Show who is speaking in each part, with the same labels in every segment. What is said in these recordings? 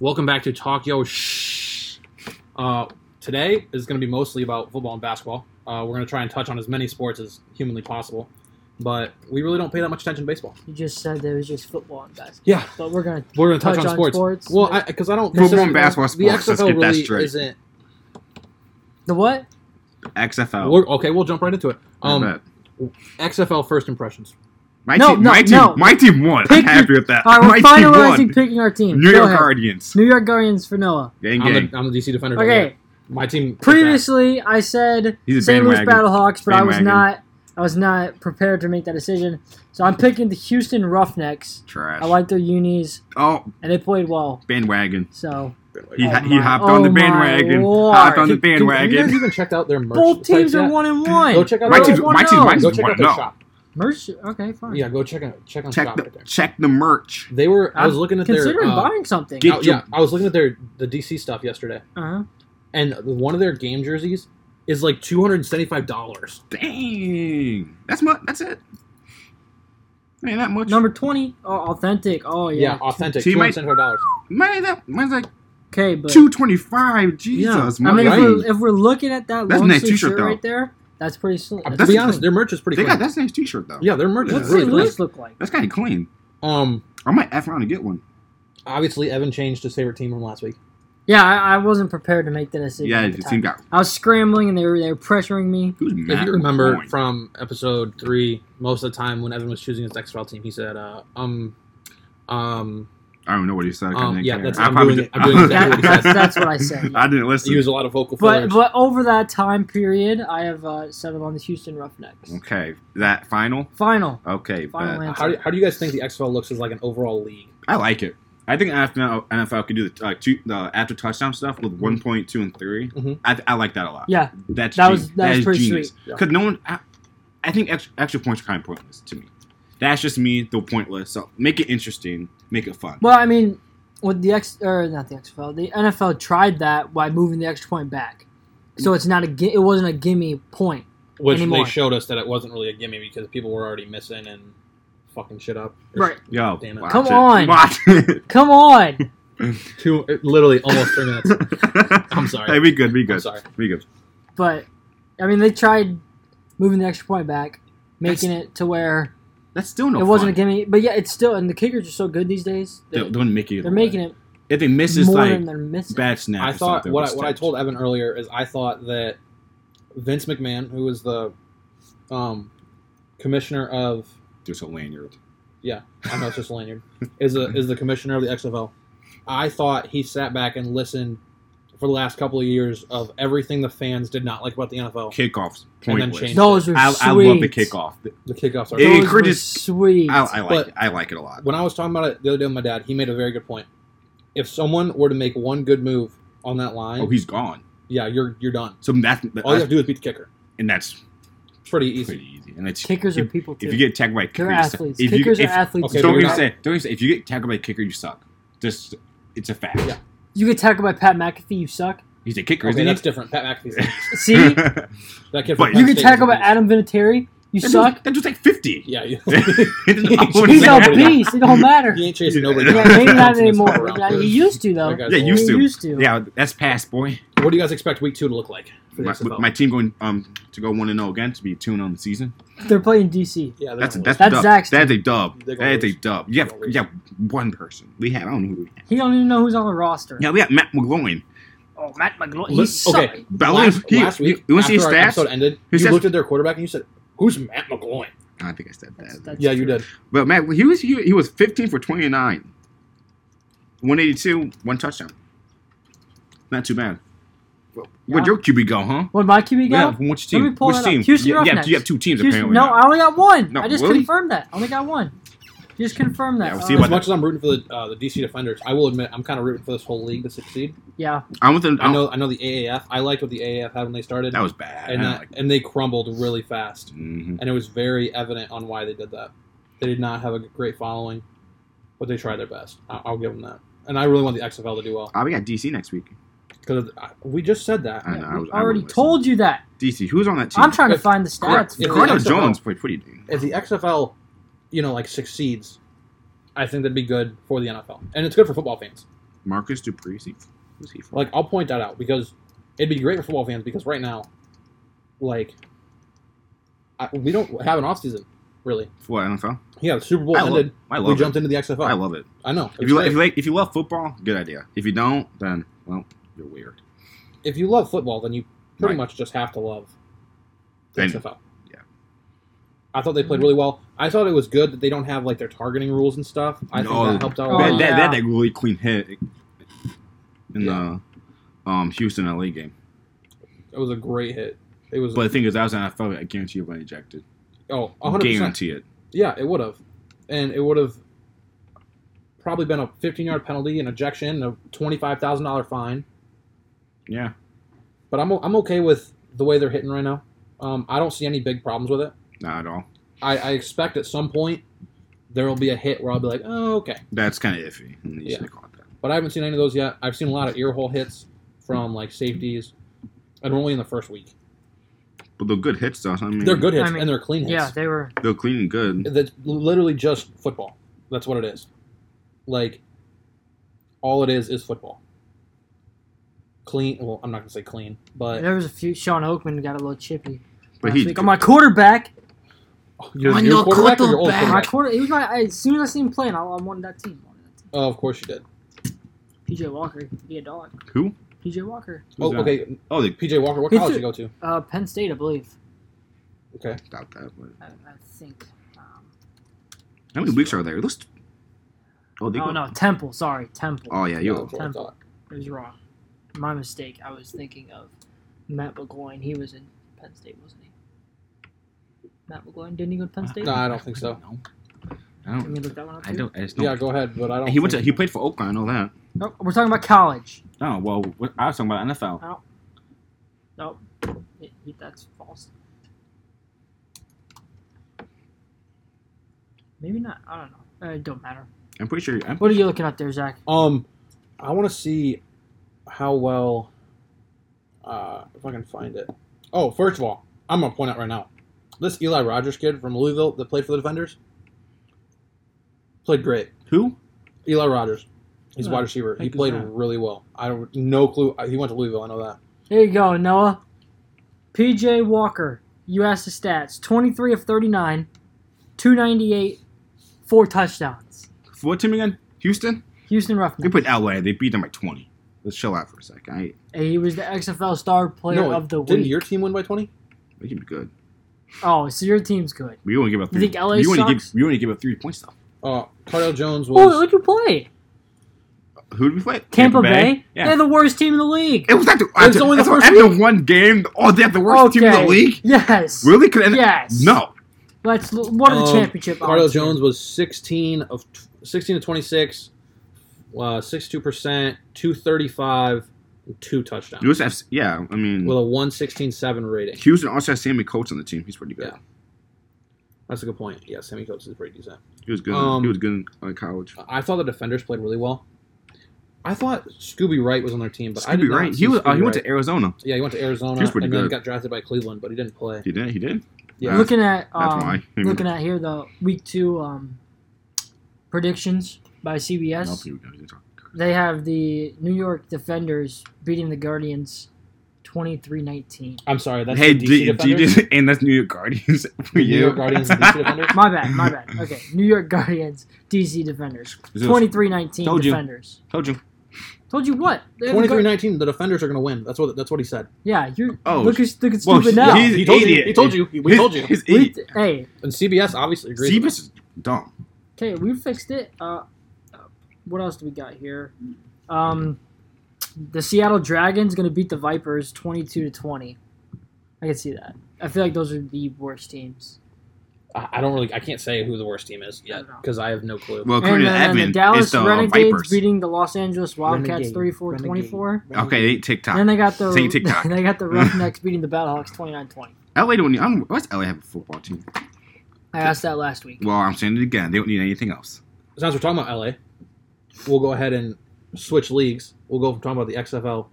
Speaker 1: Welcome back to Talk Yo Shh. Uh, today is going to be mostly about football and basketball. Uh, we're going to try and touch on as many sports as humanly possible, but we really don't pay that much attention to baseball.
Speaker 2: You just said there was just football and basketball,
Speaker 1: Yeah,
Speaker 2: but we're gonna
Speaker 1: we're going to touch, on, sports. Well, because I, don't
Speaker 3: Football and basketball
Speaker 1: The
Speaker 3: sports, let's
Speaker 1: XFL
Speaker 3: get that
Speaker 1: really
Speaker 3: straight.
Speaker 1: isn't.
Speaker 2: the what?
Speaker 3: XFL.
Speaker 1: We're, okay, we'll jump right into it.
Speaker 3: Oh. I
Speaker 1: Um,
Speaker 3: bet.
Speaker 1: XFL first impressions.
Speaker 3: my
Speaker 2: no,
Speaker 3: team,
Speaker 2: no,
Speaker 3: my team,
Speaker 2: no.
Speaker 3: my team won.
Speaker 2: Pick
Speaker 3: I'm happy
Speaker 2: your-
Speaker 3: with that.
Speaker 2: All right, we're
Speaker 3: my team
Speaker 2: finalizing
Speaker 3: won.
Speaker 2: picking our team.
Speaker 3: New
Speaker 2: Go
Speaker 3: York
Speaker 2: ahead.
Speaker 3: Guardians.
Speaker 2: New York Guardians for Noah.
Speaker 3: Gang,
Speaker 1: I'm
Speaker 3: gang.
Speaker 1: the, I'm the DC defender.
Speaker 2: Okay,
Speaker 1: my team.
Speaker 2: previously I said
Speaker 3: He's a
Speaker 2: St. Louis
Speaker 3: bandwagon.
Speaker 2: Battlehawks, but I was
Speaker 3: Bandwagon.
Speaker 2: not. I was not prepared to make that decision, so I'm picking the Houston Roughnecks.
Speaker 3: Trash.
Speaker 2: I like their unis,
Speaker 3: oh,
Speaker 2: and they played well.
Speaker 3: bandwagon.
Speaker 2: So
Speaker 3: He,
Speaker 2: Oh
Speaker 3: ha- he
Speaker 2: my-
Speaker 3: hopped on the
Speaker 2: oh my
Speaker 3: bandwagon.
Speaker 2: lord.
Speaker 3: Hopped on the
Speaker 1: Dude, dude, Have you guys
Speaker 3: bandwagon.
Speaker 1: even checked out their merch?
Speaker 2: both
Speaker 1: site
Speaker 2: teams are
Speaker 1: yet?
Speaker 2: one and one.
Speaker 1: Go check out
Speaker 3: My
Speaker 1: their-
Speaker 3: team's,
Speaker 2: One
Speaker 3: my team's,
Speaker 2: and
Speaker 3: my
Speaker 2: oh.
Speaker 3: team's
Speaker 1: Go check
Speaker 3: won.
Speaker 1: out their
Speaker 3: No.
Speaker 1: shop.
Speaker 2: Merch. Okay, fine.
Speaker 1: Yeah, go check out check on
Speaker 3: Check
Speaker 1: shop
Speaker 3: the
Speaker 1: right there.
Speaker 3: check the merch.
Speaker 1: They were. I was
Speaker 2: I'm
Speaker 1: looking at their.
Speaker 2: Considering
Speaker 1: uh,
Speaker 2: buying something.
Speaker 3: get-
Speaker 1: oh, yeah, I was looking at their the DC stuff yesterday,
Speaker 2: Uh-huh.
Speaker 1: and one of their game jerseys is like two hundred and seventy five dollars.
Speaker 3: Dang, that's much. That's it. Man, that much.
Speaker 2: Number twenty. Oh, authentic. Oh
Speaker 1: Yeah,
Speaker 2: yeah.
Speaker 1: authentic.
Speaker 3: See,
Speaker 1: Two
Speaker 3: my-
Speaker 1: hundred seventy five dollars.
Speaker 3: Man, that mine's like
Speaker 2: Okay, but
Speaker 3: two twenty five.
Speaker 2: Yeah.
Speaker 3: Jesus,
Speaker 2: I mean, if
Speaker 1: right.
Speaker 2: we're, if we're looking at that
Speaker 3: That's a
Speaker 2: long
Speaker 3: nice
Speaker 2: sleeve
Speaker 3: t-shirt,
Speaker 2: shirt
Speaker 3: though.
Speaker 2: right there, that's pretty slick.
Speaker 3: Uh,
Speaker 1: To
Speaker 3: that's
Speaker 1: be
Speaker 3: the
Speaker 1: honest,
Speaker 3: thing.
Speaker 1: their merch is pretty.
Speaker 3: they
Speaker 1: clean.
Speaker 3: got that's a nice t shirt though.
Speaker 1: Yeah, their merch
Speaker 3: Let's
Speaker 1: is
Speaker 2: What's
Speaker 3: see,
Speaker 1: really
Speaker 2: it
Speaker 3: Right.
Speaker 1: nice.
Speaker 2: look, look like?
Speaker 3: that's kind of clean.
Speaker 1: Um,
Speaker 3: I might F around and get one.
Speaker 1: obviously Evan changed his favorite team from last week.
Speaker 2: Yeah, I, I wasn't prepared to make that decision.
Speaker 3: Yeah,
Speaker 2: at the
Speaker 3: the
Speaker 2: time.
Speaker 3: team got
Speaker 2: I was scrambling, and they were they were pressuring me.
Speaker 3: who's mad.
Speaker 1: if you remember
Speaker 3: Point.
Speaker 1: from episode three, most of the time when Evan was choosing his XFL team, he said, uh, um, um,
Speaker 3: I don't know what he said. I
Speaker 1: Um,
Speaker 3: didn't
Speaker 1: yeah,
Speaker 3: care.
Speaker 1: that's-
Speaker 3: I
Speaker 1: I'm
Speaker 3: probably
Speaker 1: doing it-
Speaker 3: did-
Speaker 1: I'm doing exactly
Speaker 2: what he said. That's what I said.
Speaker 3: I didn't listen.
Speaker 1: he used a lot of vocal
Speaker 2: But
Speaker 1: fillers.
Speaker 2: but over that time period, I have uh, settled on the Houston Roughnecks.
Speaker 3: okay, that final.
Speaker 2: Final.
Speaker 3: Okay,
Speaker 2: Final
Speaker 3: bet.
Speaker 2: answer.
Speaker 1: how, do, how do you guys think the XFL looks as like an overall league?
Speaker 3: I like it. I think after NFL could do the uh, two, the after touchdown stuff
Speaker 1: Mm-hmm.
Speaker 3: with one point two and 3
Speaker 1: Mhm.
Speaker 3: I, I like that a lot.
Speaker 2: Yeah,
Speaker 3: that's
Speaker 2: that
Speaker 3: genius.
Speaker 2: was- that was
Speaker 3: is
Speaker 2: pretty
Speaker 3: genius.
Speaker 1: sweet.
Speaker 3: Because no one, I, I think extra, extra points are kind of pointless to me. That's just me, though pointless. So make it interesting, make it fun.
Speaker 2: Well, I mean, with the X or not the XFL, the NFL tried that by moving the extra point back,
Speaker 3: Mm.
Speaker 2: so it's not a gi- it wasn't a gimme point.
Speaker 1: Which
Speaker 2: Anymore.
Speaker 1: they showed us that it wasn't really a gimme because people were already missing and fucking shit up.
Speaker 2: Right.
Speaker 3: Yo,
Speaker 1: Damn it.
Speaker 3: watch
Speaker 2: Come
Speaker 3: it.
Speaker 2: on.
Speaker 3: watch it.
Speaker 2: Come on.
Speaker 1: Two, it- literally almost three minutes. I'm sorry.
Speaker 3: Hey, be good, be
Speaker 1: I'm
Speaker 3: good,
Speaker 1: sorry.
Speaker 3: be good.
Speaker 2: But I mean, they tried moving the extra point back, making it to where
Speaker 3: That's still no.
Speaker 2: it wasn't a
Speaker 3: fun.
Speaker 2: gimme. But yeah, it's still and the kickers are so good these days. They,
Speaker 3: They they wouldn't make it.
Speaker 2: are making it
Speaker 3: If they miss this
Speaker 2: more
Speaker 3: like
Speaker 2: than they're missing.
Speaker 3: bad snap,
Speaker 1: I
Speaker 3: or
Speaker 1: thought
Speaker 3: something,
Speaker 1: what I,
Speaker 3: it's
Speaker 1: what I
Speaker 3: dead.
Speaker 1: told Evan earlier is I thought that Vince McMahon, who was the um, commissioner of
Speaker 3: There's a lanyard.
Speaker 1: I know it's just a lanyard. Is the is the commissioner of the XFL? I thought he sat back and listened for the last couple of years of everything the fans did not like about the NFL.
Speaker 3: Kickoffs
Speaker 1: And then
Speaker 3: pointless.
Speaker 1: change-
Speaker 2: Those were
Speaker 3: I,
Speaker 2: sweet.
Speaker 3: I love the kickoff.
Speaker 1: The kickoffs are.
Speaker 3: It
Speaker 2: Those were
Speaker 3: encourages-
Speaker 2: sweet.
Speaker 3: I, I like
Speaker 1: But-
Speaker 3: it. I like it a lot.
Speaker 1: When I was talking about it the other day with my dad, he made a very good point. If someone were to make one good move on that line,
Speaker 3: Oh, he's gone.
Speaker 1: yeah, you're you're done.
Speaker 3: So that's, that,
Speaker 1: All you have to do is beat the kicker.
Speaker 3: and that's
Speaker 1: Pretty
Speaker 3: pretty
Speaker 1: easy.
Speaker 3: easy. And it's
Speaker 2: Kickers
Speaker 3: if,
Speaker 2: are people too.
Speaker 3: if you get tackled by a kicker,
Speaker 2: they're
Speaker 3: you suck.
Speaker 2: athletes.
Speaker 3: If you-
Speaker 2: Kickers
Speaker 3: if-
Speaker 2: are athletes.
Speaker 1: Okay,
Speaker 2: too.
Speaker 3: don't even
Speaker 1: not-
Speaker 3: say don't even say if you get tackled by a kicker, you suck. Just it's a fact.
Speaker 1: Yeah.
Speaker 2: You get tackled by Pat McAfee, you suck.
Speaker 3: He's a kicker,
Speaker 1: Okay, that's
Speaker 3: isn't
Speaker 1: different. Pat McAfee's
Speaker 2: See,
Speaker 3: he?
Speaker 2: you
Speaker 1: that kid. From
Speaker 3: But you
Speaker 1: Penn
Speaker 2: can
Speaker 1: State
Speaker 2: tackle
Speaker 1: was a
Speaker 2: by
Speaker 1: beast.
Speaker 2: Adam Vinatieri, you
Speaker 3: That
Speaker 2: suck.
Speaker 3: dude's- That dude's like fifty.
Speaker 1: Yeah, you-
Speaker 2: He's
Speaker 1: Yeah,
Speaker 2: a
Speaker 1: but-
Speaker 2: beast. It don't matter.
Speaker 1: he ain't chasing nobody.
Speaker 2: Yeah,
Speaker 1: down.
Speaker 2: maybe not
Speaker 1: Bouncing his
Speaker 2: anymore.
Speaker 1: ball around
Speaker 2: Yeah,
Speaker 1: for-
Speaker 2: he used to though.
Speaker 1: that guy's
Speaker 3: Yeah,
Speaker 1: old.
Speaker 3: used
Speaker 2: He
Speaker 3: to.
Speaker 2: used to.
Speaker 3: Yeah, that's past boy.
Speaker 1: What do you guys expect Week Two to look like? For the
Speaker 3: My,
Speaker 1: XFL?
Speaker 3: my team going um to go one and zero again to be two and on the season.
Speaker 2: They're playing DC.
Speaker 1: yeah, they're
Speaker 3: That's a,
Speaker 1: not
Speaker 3: that's
Speaker 2: That's
Speaker 3: a dub.
Speaker 2: Zach's
Speaker 3: That's a dub.
Speaker 1: They're gonna
Speaker 3: That's a
Speaker 1: lose.
Speaker 3: dub. You have
Speaker 1: They're gonna
Speaker 3: you have one person. We have I don't know who we have.
Speaker 2: He don't even know who's on the roster.
Speaker 3: Yeah, we have Matt McGloin.
Speaker 2: Oh, Matt McGloin.
Speaker 1: Look,
Speaker 2: He's
Speaker 1: okay.
Speaker 2: sucking.
Speaker 3: But
Speaker 1: last,
Speaker 3: he-
Speaker 1: last week,
Speaker 3: you, you want to see his
Speaker 1: after our
Speaker 3: stats?
Speaker 1: episode ended,
Speaker 3: His
Speaker 1: you
Speaker 3: stats-
Speaker 1: looked at their quarterback and you said, "Who's Matt McGloin?"
Speaker 3: I think I said that.
Speaker 2: That's- that's
Speaker 1: yeah, you
Speaker 2: true.
Speaker 1: did.
Speaker 3: But Matt, he was he, he was 15 for 29, 182, one touchdown. Not too bad. Where'd your QB go, huh?
Speaker 2: Where'd my QB go?
Speaker 3: Yeah, from which
Speaker 2: Let
Speaker 3: team?
Speaker 2: me pull
Speaker 3: which
Speaker 2: that up.
Speaker 3: team?
Speaker 2: Houston
Speaker 3: yeah, yeah,
Speaker 2: Roughnecks.
Speaker 3: you have two teams
Speaker 2: Houston-
Speaker 3: apparently.
Speaker 2: no,
Speaker 3: now.
Speaker 2: I only got one.
Speaker 3: No,
Speaker 2: I just
Speaker 3: really?
Speaker 2: confirmed that. I only got one. Just confirmed that.
Speaker 3: Yeah, we'll
Speaker 2: Uh,
Speaker 3: see
Speaker 1: As
Speaker 3: what-
Speaker 1: much as I'm rooting for the uh, the DC Defenders, I will admit I'm kind of rooting for this whole league to succeed.
Speaker 2: yeah.
Speaker 3: I want them. I
Speaker 1: I
Speaker 3: know
Speaker 1: know I know the AAF. I liked what the AAF had when they started,
Speaker 3: that was bad.
Speaker 1: and that and they crumbled really fast,
Speaker 3: hmm
Speaker 1: and it was very evident on why they did that. They did not have a great following, but they tried their best. I- I'll give them that. And I really want the XFL to do well
Speaker 3: Oh, we got DC next week.
Speaker 1: because we just said that.
Speaker 3: I know. I, was,
Speaker 2: I already told you that.
Speaker 3: you. DC, who's on that team?
Speaker 2: I'm trying to
Speaker 1: If-
Speaker 2: find the
Speaker 3: Correct.
Speaker 2: stats.
Speaker 1: If-
Speaker 2: for
Speaker 1: Correct.
Speaker 2: that.
Speaker 3: Cardinal
Speaker 1: XFL
Speaker 3: Jones played pretty. Dang.
Speaker 1: if the XFL, you know, like succeeds, I think that'd be good for the NFL, and it's good for football fans.
Speaker 3: Marcus Dupree. Is he, who's he from?
Speaker 1: Like, I'll point that out because it'd be great for football fans because right now, like, I, we don't have an off season really.
Speaker 3: For NFL.
Speaker 1: Yeah, the Super Bowl
Speaker 3: I love,
Speaker 1: ended.
Speaker 3: I
Speaker 1: we
Speaker 3: love it.
Speaker 1: jumped into the XFL.
Speaker 3: I love it.
Speaker 1: I know.
Speaker 3: If
Speaker 1: It's
Speaker 3: you, li-
Speaker 1: great.
Speaker 3: if, you like, if you love football, good idea. If you don't, then well, you're weird.
Speaker 1: if you love football, then you pretty
Speaker 3: Right.
Speaker 1: much just have to love the
Speaker 3: And-
Speaker 1: XFL.
Speaker 3: yeah.
Speaker 1: I thought they played really well. I thought it was good that they don't have like their targeting rules and stuff. I
Speaker 3: No.
Speaker 1: think that helped out. a
Speaker 2: Oh,
Speaker 3: Man,
Speaker 1: lot.
Speaker 3: that,
Speaker 2: yeah.
Speaker 3: that that really clean hit in
Speaker 1: Yeah.
Speaker 3: the um, Houston LA game.
Speaker 1: It was a great hit. It was
Speaker 3: But the thing is, that was an NFL. I guarantee you, would ejected.
Speaker 1: oh, 100 percent.
Speaker 3: Guarantee it.
Speaker 1: Yeah, it would have, and it would have probably been a 15 yard penalty, an ejection, a twenty-five thousand dollar fine.
Speaker 3: Yeah.
Speaker 1: But I'm o- I'm okay with the way they're hitting right now. Um, I don't see any big problems with it.
Speaker 3: Not at all.
Speaker 1: I, I expect at some point there will be a hit where I'll be like, oh, okay.
Speaker 3: That's kind of iffy. and You
Speaker 1: Yeah.
Speaker 3: should have caught that.
Speaker 1: But I haven't seen any of those yet. I've seen a lot of ear hole hits from like safeties, and only in the first week.
Speaker 3: But they're good hits, though. I mean,
Speaker 1: They're good hits
Speaker 2: I mean,
Speaker 1: and they're clean hits.
Speaker 2: Yeah, they were.
Speaker 3: They're clean and good.
Speaker 1: that's literally just football. That's what it is. Like, all it is is football. Clean. Well, I'm not gonna say clean, but
Speaker 2: There was a few. Sean Oakman got a little chippy.
Speaker 3: But
Speaker 2: last
Speaker 3: he,
Speaker 2: week. I'm my quarterback.
Speaker 1: you're
Speaker 2: I'm
Speaker 1: your
Speaker 2: your
Speaker 1: quarterback or your old
Speaker 2: quarterback. My
Speaker 1: quarterback.
Speaker 2: quarter. He was my. I, as soon as I seen him playing, I, I wanted that team. I wanted that team.
Speaker 1: Oh, of course you did.
Speaker 2: PJ Walker. He a dog.
Speaker 3: who?
Speaker 2: PJ Walker.
Speaker 1: Oh,
Speaker 3: Who's that?
Speaker 1: okay.
Speaker 3: Oh, they
Speaker 1: PJ Walker. What
Speaker 2: He's
Speaker 1: college
Speaker 2: a-
Speaker 1: you go to?
Speaker 2: Uh, Penn State, I believe.
Speaker 1: Okay.
Speaker 3: doubt that. But
Speaker 2: I, I think. Um,
Speaker 3: how many weeks are there? Let's. Oh, they
Speaker 2: oh
Speaker 3: go.
Speaker 2: no, Temple. Sorry, Temple.
Speaker 3: Oh yeah,
Speaker 1: Yeah,
Speaker 3: you.
Speaker 1: that's what I
Speaker 2: Temp-
Speaker 1: thought.
Speaker 2: It was wrong. My mistake. I was thinking of Matt McGloin. He was in Penn State, wasn't he? Matt McGloin didn't he go to Penn State?
Speaker 1: No, I don't think so.
Speaker 3: Uh, No. I
Speaker 2: Let me
Speaker 3: don't.
Speaker 2: look that one up.
Speaker 3: I
Speaker 2: too.
Speaker 3: don't. I just don't.
Speaker 1: Yeah, go ahead. But I don't.
Speaker 3: he went to.
Speaker 1: think-
Speaker 3: He played for Oakland. I know that.
Speaker 2: No, we're talking about college.
Speaker 3: No, Oh, well, what- I was talking about NFL.
Speaker 2: Nope. He- he- that's false. Maybe not. I don't know. Uh, It don't matter.
Speaker 3: I'm pretty sure. I'm,
Speaker 2: What are you looking up there, Zach?
Speaker 1: Um, I want to see how well, uh, if I can find it. Oh, first of all, I'm gonna point out right now, this Eli Rogers kid from Louisville that played for the Defenders played great.
Speaker 3: who?
Speaker 1: Eli Rogers, he's a
Speaker 2: Huh,
Speaker 1: wide receiver. He
Speaker 3: heck is
Speaker 1: played
Speaker 3: that?
Speaker 1: really well. I don't no clue. He went to Louisville. I know that.
Speaker 2: There you go, Noah. PJ Walker. You asked the stats. 23 of 39, 298, four touchdowns.
Speaker 3: For what team again? Houston.
Speaker 2: Houston
Speaker 3: They
Speaker 2: Roughnecks.
Speaker 3: played LA. They beat them by 20. Let's chill out for a second. I,
Speaker 2: And he was the XFL star player
Speaker 1: no,
Speaker 2: of the
Speaker 1: didn't
Speaker 2: week.
Speaker 1: your team win by 20?
Speaker 3: they can be good.
Speaker 2: Oh, so your team's good.
Speaker 3: We only give up.
Speaker 2: You
Speaker 3: Three,
Speaker 2: think LA
Speaker 3: we only
Speaker 2: sucks?
Speaker 3: give. We only give up three points though.
Speaker 1: Uh, Cardell Jones
Speaker 2: Oh,
Speaker 1: was.
Speaker 2: who'd you play?
Speaker 3: Who did we play?
Speaker 2: Tampa, Bay?
Speaker 3: Yeah.
Speaker 2: They're the worst team in the league.
Speaker 3: it was after.
Speaker 1: It's
Speaker 3: after,
Speaker 1: only the
Speaker 3: after,
Speaker 1: first
Speaker 3: after
Speaker 1: week.
Speaker 3: one game. Oh, they have the worst team in the
Speaker 2: Okay.
Speaker 3: league.
Speaker 2: Yes.
Speaker 3: Really? Could, and-
Speaker 2: Yes.
Speaker 3: No.
Speaker 2: Let's l- what are the
Speaker 1: Um,
Speaker 2: championship
Speaker 1: Cardell
Speaker 2: odds here?
Speaker 1: Jones was 16 of t- 16 to 26, uh, 62%, 235, and two touchdowns.
Speaker 3: You also have, yeah. I mean,
Speaker 1: with a 116.7 rating.
Speaker 3: Houston also has Sammy Coates on the team. He's pretty good.
Speaker 1: Yeah. That's a good point. Yeah, Sammy Coates is pretty decent.
Speaker 3: He was good.
Speaker 1: Um,
Speaker 3: he was good in uh, college.
Speaker 1: I thought the defenders played really well. I thought Scooby Wright was on their team, but I
Speaker 3: Scooby
Speaker 1: did not
Speaker 3: Wright.
Speaker 1: see
Speaker 3: He was. Uh,
Speaker 1: Scooby
Speaker 3: he went
Speaker 1: Wright.
Speaker 3: to Arizona.
Speaker 1: yeah, he went to Arizona
Speaker 3: He was pretty
Speaker 1: and then
Speaker 3: good.
Speaker 1: got drafted by Cleveland, but he didn't play.
Speaker 3: He did. He did.
Speaker 1: Yeah,
Speaker 3: Uh,
Speaker 2: Looking at
Speaker 3: That's
Speaker 2: um,
Speaker 3: why. Hmm.
Speaker 2: looking at here the week two um, predictions by CBS.
Speaker 3: No, he didn't talk.
Speaker 2: They have the New York Defenders beating the Guardians 23-19.
Speaker 1: I'm sorry. That's
Speaker 3: hey,
Speaker 1: the DC
Speaker 3: D-
Speaker 1: defenders.
Speaker 3: D- and that's New York Guardians for
Speaker 1: New
Speaker 3: you.
Speaker 1: York Guardians and DC defenders.
Speaker 2: My bad, my bad. Okay, New York Guardians, DC Defenders.
Speaker 3: This is-
Speaker 2: 23-19
Speaker 3: Told you.
Speaker 2: Defenders.
Speaker 3: Told you.
Speaker 2: Told you what? They have the
Speaker 1: 23-19, The defenders are going to win. That's what. That's what he said.
Speaker 2: Guar- Yeah, you're
Speaker 3: Oh,
Speaker 2: look at look at
Speaker 3: well,
Speaker 2: stupid
Speaker 3: Yeah,
Speaker 2: now.
Speaker 3: he's
Speaker 1: he told you.
Speaker 3: idiot.
Speaker 1: He told you. We
Speaker 3: He's-
Speaker 1: told you.
Speaker 3: He's
Speaker 2: We,
Speaker 3: idiot.
Speaker 2: hey,
Speaker 1: And CBS obviously agrees. with
Speaker 3: Zebus is dumb.
Speaker 2: Okay, we fixed it. Uh, what else do we got here? Um, the Seattle Dragons gonna beat the Vipers twenty-two to twenty. I can see that. I feel like those are the worst teams.
Speaker 1: him. I I don't really. I can't say who the worst team is yet
Speaker 2: don't know.
Speaker 1: because I have no clue.
Speaker 3: Well,
Speaker 2: and
Speaker 3: according to
Speaker 2: then the
Speaker 3: Evan, it's
Speaker 2: Dallas
Speaker 3: the uh,
Speaker 2: Renegades
Speaker 3: Vipers.
Speaker 2: beating the Los Angeles Wildcats
Speaker 1: Renegade.
Speaker 2: 34-24.
Speaker 3: okay, they TikTok.
Speaker 2: Then they got the
Speaker 3: Say TikTok.
Speaker 2: they got the Roughnecks beating the Battlehawks 29-20.
Speaker 3: LA don't need. I'm, what's LA have a football team?
Speaker 2: I asked that last week.
Speaker 3: Well, I'm saying it again. They don't need anything else.
Speaker 1: since we're talking about LA, we'll go ahead and switch leagues. We'll go from talking about the XFL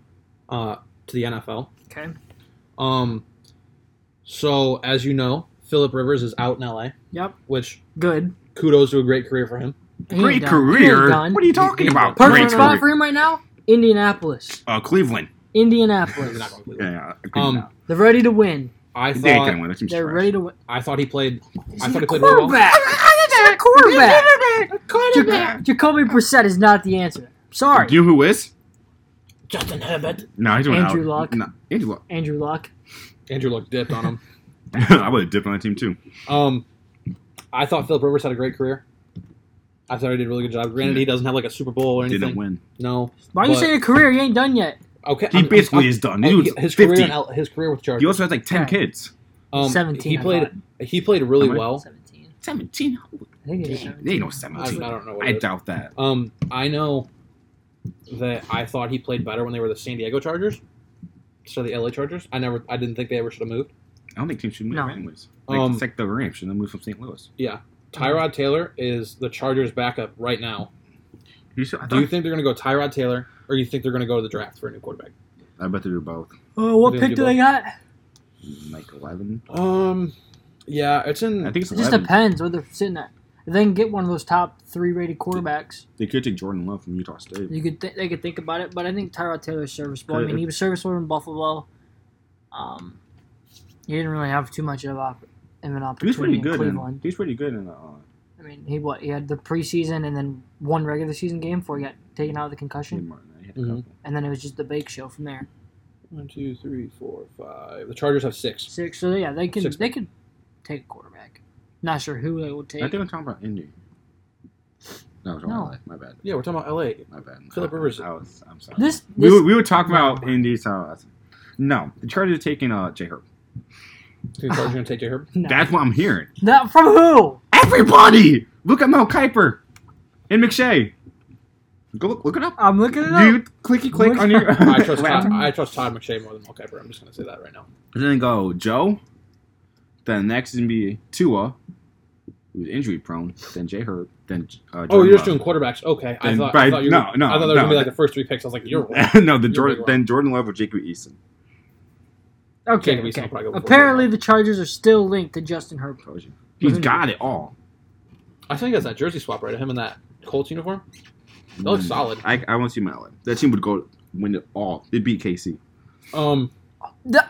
Speaker 1: uh, to the NFL.
Speaker 2: Okay.
Speaker 1: Um, so as you know, Philip Rivers is out in LA,
Speaker 2: Yep.
Speaker 1: which
Speaker 2: Good.
Speaker 1: kudos to a great career for him.
Speaker 2: He ain't
Speaker 3: Great
Speaker 2: done. He ain't
Speaker 3: career.
Speaker 2: done.
Speaker 3: What are you talking about?
Speaker 2: Perfect
Speaker 3: Great
Speaker 2: spot
Speaker 3: career.
Speaker 2: for him right now? Indianapolis.
Speaker 3: Uh, Cleveland.
Speaker 1: They're
Speaker 2: Indianapolis.
Speaker 1: not going to Cleveland.
Speaker 3: Yeah, I
Speaker 1: Um, uh,
Speaker 3: um,
Speaker 2: They're ready to win.
Speaker 1: I
Speaker 3: they ain't gonna
Speaker 1: thought
Speaker 3: win. That's
Speaker 2: They're ready to win.
Speaker 1: I thought he played. I
Speaker 2: He's
Speaker 1: thought
Speaker 2: a
Speaker 1: he played really well.
Speaker 2: quarterback. He's a quarterback. Jac- Jacoby Brissett is not the answer. Sorry,
Speaker 3: You know who is?
Speaker 1: Justin Herbert.
Speaker 3: No, he's doing
Speaker 2: Andrew
Speaker 3: out.
Speaker 2: Luck.
Speaker 3: No, Andrew Luck.
Speaker 2: Andrew Luck.
Speaker 1: Andrew looked dipped on him.
Speaker 3: I would have dipped on that team too.
Speaker 1: Um, I thought Philip Rivers had a great career. I thought he did a really good job. Granted,
Speaker 3: Yeah.
Speaker 1: he doesn't have like a Super Bowl or anything.
Speaker 3: Didn't win.
Speaker 1: No.
Speaker 2: Why you
Speaker 1: But-
Speaker 2: say your career? You ain't done yet.
Speaker 1: Okay.
Speaker 3: He
Speaker 1: I'm- I'm-
Speaker 3: basically
Speaker 1: I'm-
Speaker 3: is done.
Speaker 1: oh,
Speaker 3: He was
Speaker 1: he- his
Speaker 3: 50.
Speaker 1: career. in L- his career with Chargers.
Speaker 3: He also has like ten
Speaker 2: Yeah.
Speaker 3: kids.
Speaker 1: um,
Speaker 2: 17,
Speaker 1: He
Speaker 2: I
Speaker 1: played. He played really
Speaker 3: Am I-
Speaker 1: well.
Speaker 2: Seventeen.
Speaker 3: Seventeen.
Speaker 2: I think it is
Speaker 3: Dang, They ain't no
Speaker 1: I, I
Speaker 3: seventeen.
Speaker 1: don't know. What
Speaker 3: I
Speaker 1: it is.
Speaker 3: doubt that.
Speaker 1: Um, I know that I thought he played better when they were the San Diego Chargers, so the LA Chargers. I never, I didn't think they ever should have moved.
Speaker 3: I don't think teams should move
Speaker 2: No.
Speaker 3: anyways. Like,
Speaker 1: Um,
Speaker 3: it's like the Rams should then move from St. Louis.
Speaker 1: Tyrod Taylor is the Chargers' backup right now.
Speaker 3: You should, I,
Speaker 1: Do you
Speaker 3: thought-
Speaker 1: think they're going to go Tyrod Taylor, or you think they're going to go to the draft for a new quarterback?
Speaker 3: I bet they do both.
Speaker 2: Oh, what
Speaker 1: Didn't
Speaker 2: pick
Speaker 1: do
Speaker 2: do they got?
Speaker 3: Like eleven.
Speaker 1: Um, yeah, it's in.
Speaker 3: I think it's
Speaker 2: It just
Speaker 3: eleven.
Speaker 2: depends where they're sitting at. If they can get one of those top three rated quarterbacks,
Speaker 3: They could take Jordan Love from Utah State.
Speaker 2: you could th- they could think about it. But I think Tyrod Taylor's serviceable. I
Speaker 3: Could-
Speaker 2: mean, he was serviceable in Buffalo. Um, he didn't really have too much of, op- of an
Speaker 3: He was
Speaker 2: opportunity
Speaker 3: pretty
Speaker 2: in
Speaker 3: good. In,
Speaker 2: Cleveland.
Speaker 3: he was pretty good in. Uh,
Speaker 2: I mean, he what he had the preseason and then one regular season game before he got taken out of the
Speaker 3: Steve
Speaker 2: concussion,
Speaker 3: Martin. He had a
Speaker 1: Mhm.
Speaker 3: couple.
Speaker 2: and then it was just the bake show from there.
Speaker 1: one, two, three, four, five. The Chargers have six.
Speaker 2: Six. So yeah, they can
Speaker 1: Six.
Speaker 2: they could take a quarterback. Not sure who they would take.
Speaker 3: I think I'm talking about Indy. No, I was
Speaker 2: No.
Speaker 3: wrong. My bad.
Speaker 1: Yeah, we're talking about LA.
Speaker 3: My bad.
Speaker 1: Philip
Speaker 3: I-
Speaker 1: Rivers.
Speaker 3: I was, I'm sorry.
Speaker 2: this
Speaker 3: we,
Speaker 2: this
Speaker 3: were, we were talking about
Speaker 2: No.
Speaker 3: Indy. So I was- no, the Chargers are taking uh, J Herb.
Speaker 1: The Chargers going to take J. Herb.
Speaker 2: no.
Speaker 3: That's what I'm hearing.
Speaker 2: Not from who?
Speaker 3: Everybody, look at Mel Kiper and McShay. Go look, look it up.
Speaker 2: I'm looking it
Speaker 3: Do you
Speaker 2: up.
Speaker 3: clicky click
Speaker 2: Look-
Speaker 3: on your?
Speaker 1: I trust. Todd,
Speaker 3: laptop?
Speaker 1: I trust Todd McShay more than Mel Kiper. I'm just going to say that right now.
Speaker 3: And then go Joe. Then next is gonna be Tua, who's injury prone. Then J Herb. Then uh,
Speaker 1: Oh,
Speaker 3: Jordan
Speaker 1: you're just
Speaker 3: Love.
Speaker 1: doing quarterbacks. Okay, I
Speaker 3: Then
Speaker 1: thought. I
Speaker 3: by-
Speaker 1: thought you.
Speaker 3: no, no,
Speaker 1: I thought there was
Speaker 3: no.
Speaker 1: going to be like the first three picks. I was like, you're. wrong.
Speaker 3: no, the
Speaker 1: You're
Speaker 3: Jordan.
Speaker 1: big
Speaker 3: Then Jordan Love or Jacob Eason.
Speaker 2: Okay.
Speaker 1: Jacob Eason will
Speaker 2: okay.
Speaker 1: probably go before
Speaker 2: Apparently,
Speaker 1: Jordan.
Speaker 2: the Chargers are still linked to Justin Herbert.
Speaker 3: Told you. He's
Speaker 2: Mhm.
Speaker 3: got it all.
Speaker 1: I think that's that jersey swap right. Him in that Colts uniform. That looks
Speaker 3: Mm.
Speaker 1: solid.
Speaker 3: I, I want to see Maryland. That team would go win it all. It'd beat KC.
Speaker 1: Um,
Speaker 2: The-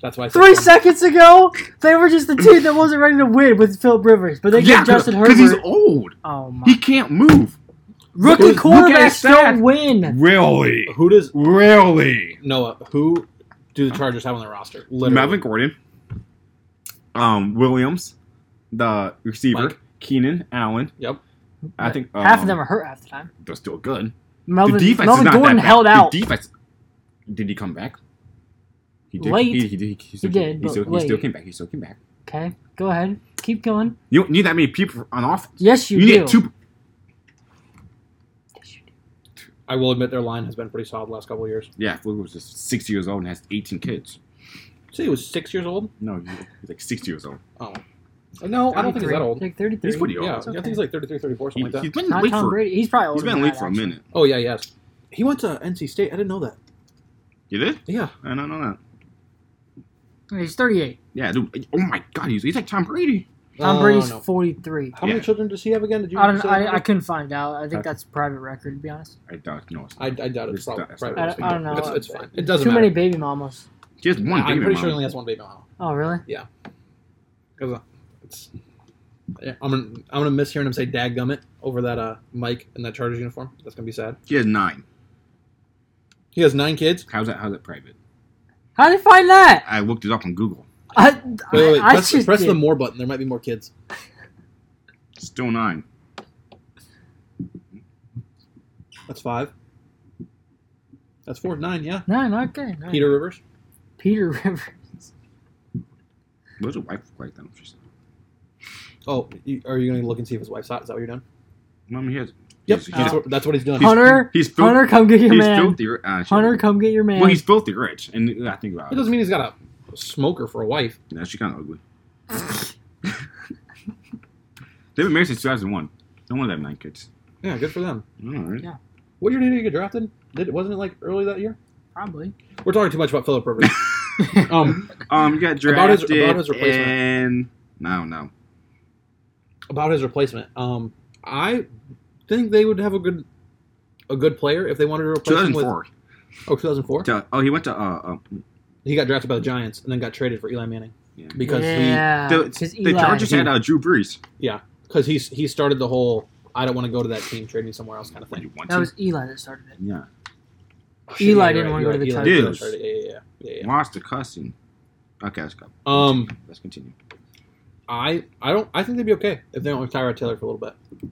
Speaker 1: that's why I said
Speaker 2: three
Speaker 1: Tom.
Speaker 2: seconds ago, they were just the team that wasn't ready to win with Philip Rivers, but they get Justin Herbert.
Speaker 3: he's old.
Speaker 2: oh my!
Speaker 3: He can't move.
Speaker 2: Rookie
Speaker 3: look- look at his
Speaker 2: quarterbacks don't
Speaker 3: stats.
Speaker 2: win.
Speaker 3: Really,
Speaker 1: Who does
Speaker 3: really.
Speaker 1: Noah? Who do the Chargers have on their roster? Literally.
Speaker 3: Melvin Gordon, um, Williams, the receiver,
Speaker 1: Mike.
Speaker 3: Keenan Allen.
Speaker 1: Yep.
Speaker 3: I think um,
Speaker 2: half of them are hurt half the time.
Speaker 3: They're still good.
Speaker 2: Melvin,
Speaker 3: the defense
Speaker 2: Melvin
Speaker 3: is not
Speaker 2: Gordon
Speaker 3: that bad.
Speaker 2: held out.
Speaker 3: The defense. Did he come back? He
Speaker 2: Late.
Speaker 3: He, he, did. He, still,
Speaker 2: He did,
Speaker 3: He
Speaker 2: but
Speaker 3: still, he
Speaker 2: late.
Speaker 3: still came back. He still came back.
Speaker 2: okay, go ahead, keep going.
Speaker 3: You don't need that many people on offense.
Speaker 2: Yes, you,
Speaker 3: you
Speaker 2: do.
Speaker 3: need two.
Speaker 2: Yes, you do.
Speaker 1: I will admit their line has been pretty solid the last couple of years.
Speaker 3: Yeah, Flug was just six years old and has 18 kids.
Speaker 1: See, he was six years old.
Speaker 3: No, he- he's like 60 years old.
Speaker 1: Oh, no, I don't think he's that old.
Speaker 2: Like thirty-three.
Speaker 3: He's pretty old.
Speaker 1: Yeah,
Speaker 2: It's
Speaker 1: I think
Speaker 2: okay.
Speaker 1: he's like 33, 34, something
Speaker 3: He,
Speaker 1: like that.
Speaker 3: has been in the
Speaker 2: Not
Speaker 3: league
Speaker 2: Tom
Speaker 3: for,
Speaker 2: Brady. He's probably older
Speaker 3: he's been in
Speaker 2: than
Speaker 3: the league
Speaker 2: that,
Speaker 3: for a
Speaker 2: actually.
Speaker 3: minute.
Speaker 1: Oh yeah, yes. He went to NC State. I didn't know that.
Speaker 3: You did?
Speaker 1: Yeah,
Speaker 3: I don't know that.
Speaker 2: He's thirty-eight.
Speaker 3: Yeah, dude. Oh my god, he's, he's like Tom Brady.
Speaker 2: Tom
Speaker 1: Oh,
Speaker 2: Brady's
Speaker 1: no.
Speaker 2: forty-three.
Speaker 1: How
Speaker 3: Yeah.
Speaker 1: many children does he have again? Did you?
Speaker 2: I don't.
Speaker 1: say that?
Speaker 2: I, I couldn't find out. I
Speaker 3: Okay.
Speaker 2: think that's private record. To be honest,
Speaker 3: I doubt. No, it's
Speaker 1: I, I doubt it's
Speaker 3: It's
Speaker 1: probably.
Speaker 3: not-
Speaker 1: probably
Speaker 2: I, I don't know.
Speaker 1: It's, it's fine. It doesn't
Speaker 2: Too
Speaker 1: matter.
Speaker 2: many baby mamas.
Speaker 3: He has one
Speaker 1: I'm
Speaker 3: baby
Speaker 1: pretty
Speaker 3: mama.
Speaker 1: sure he only has one baby mama.
Speaker 2: Oh really?
Speaker 1: Because it's. Yeah, I'm gonna I'm gonna miss hearing him say "dadgummit" over that uh Mike in that Chargers uniform. That's gonna be sad.
Speaker 3: He has nine.
Speaker 1: He has nine kids.
Speaker 3: How's that? How's that private?
Speaker 2: How did you find that?
Speaker 3: I looked it up on Google.
Speaker 2: I,
Speaker 1: Wait, wait, wait.
Speaker 2: I, I
Speaker 1: press,
Speaker 2: just
Speaker 1: press the
Speaker 2: did.
Speaker 1: more button. There might be more kids.
Speaker 3: Still nine.
Speaker 1: That's five. That's four nine. Yeah.
Speaker 2: No, no, okay. no.
Speaker 1: Peter Rivers.
Speaker 2: Peter Rivers.
Speaker 3: What does a wife look like? Then She's-
Speaker 1: Oh, you, are you gonna look and see if his wife's hot? Is that what you're doing?
Speaker 3: Mom, he has.
Speaker 1: Yep.
Speaker 3: He's,
Speaker 1: that's,
Speaker 3: he's,
Speaker 2: Oh.
Speaker 1: what, that's what he's doing.
Speaker 3: he's-
Speaker 2: Hunter,
Speaker 3: he's fil-
Speaker 2: Hunter, come get your
Speaker 3: he's
Speaker 2: man.
Speaker 3: filthy. ri- Uh, she-
Speaker 2: Hunter, come get your man.
Speaker 3: Well, he's filthy rich, and I think about
Speaker 1: It
Speaker 3: it.
Speaker 1: doesn't mean he's got a smoker for a wife.
Speaker 3: Yeah, she's kind of ugly. They've been married since 2001. Don't want to have nine kids.
Speaker 1: Yeah, good for them.
Speaker 3: All right.
Speaker 2: Yeah.
Speaker 1: What year did he get drafted? Did wasn't it like early that year?
Speaker 2: probably.
Speaker 1: We're talking too much about Philip Rivers. um,
Speaker 3: Um, you got drafted
Speaker 1: About his- about his replacement.
Speaker 3: in. No, no.
Speaker 1: about his replacement. Um, I think they would have a good a good player if they wanted to replace him with
Speaker 3: 2004.
Speaker 1: oh 2004.
Speaker 3: To- oh, he went to. Uh, uh,
Speaker 1: He got drafted by the Giants and then got traded for Eli Manning
Speaker 3: Yeah.
Speaker 1: because he
Speaker 2: yeah,
Speaker 3: the,
Speaker 2: 'cause
Speaker 3: the
Speaker 2: Eli-
Speaker 3: Chargers had uh, Drew Brees.
Speaker 1: because he he started the whole I don't want to go to that team, trade me somewhere else kind of
Speaker 3: When you
Speaker 1: thing.
Speaker 3: want
Speaker 2: that
Speaker 3: to.
Speaker 2: was Eli that started it.
Speaker 3: yeah.
Speaker 1: Oh,
Speaker 2: Eli
Speaker 1: you're
Speaker 2: didn't wanna
Speaker 1: you're
Speaker 2: go to the
Speaker 1: Eli
Speaker 3: Titans.
Speaker 1: did. Yeah, yeah, yeah, yeah, yeah.
Speaker 3: Monster cussing. Okay, let's go.
Speaker 1: Um,
Speaker 3: Let's continue.
Speaker 1: I I don't I think they'd be okay if they don't retire Taylor for a little bit.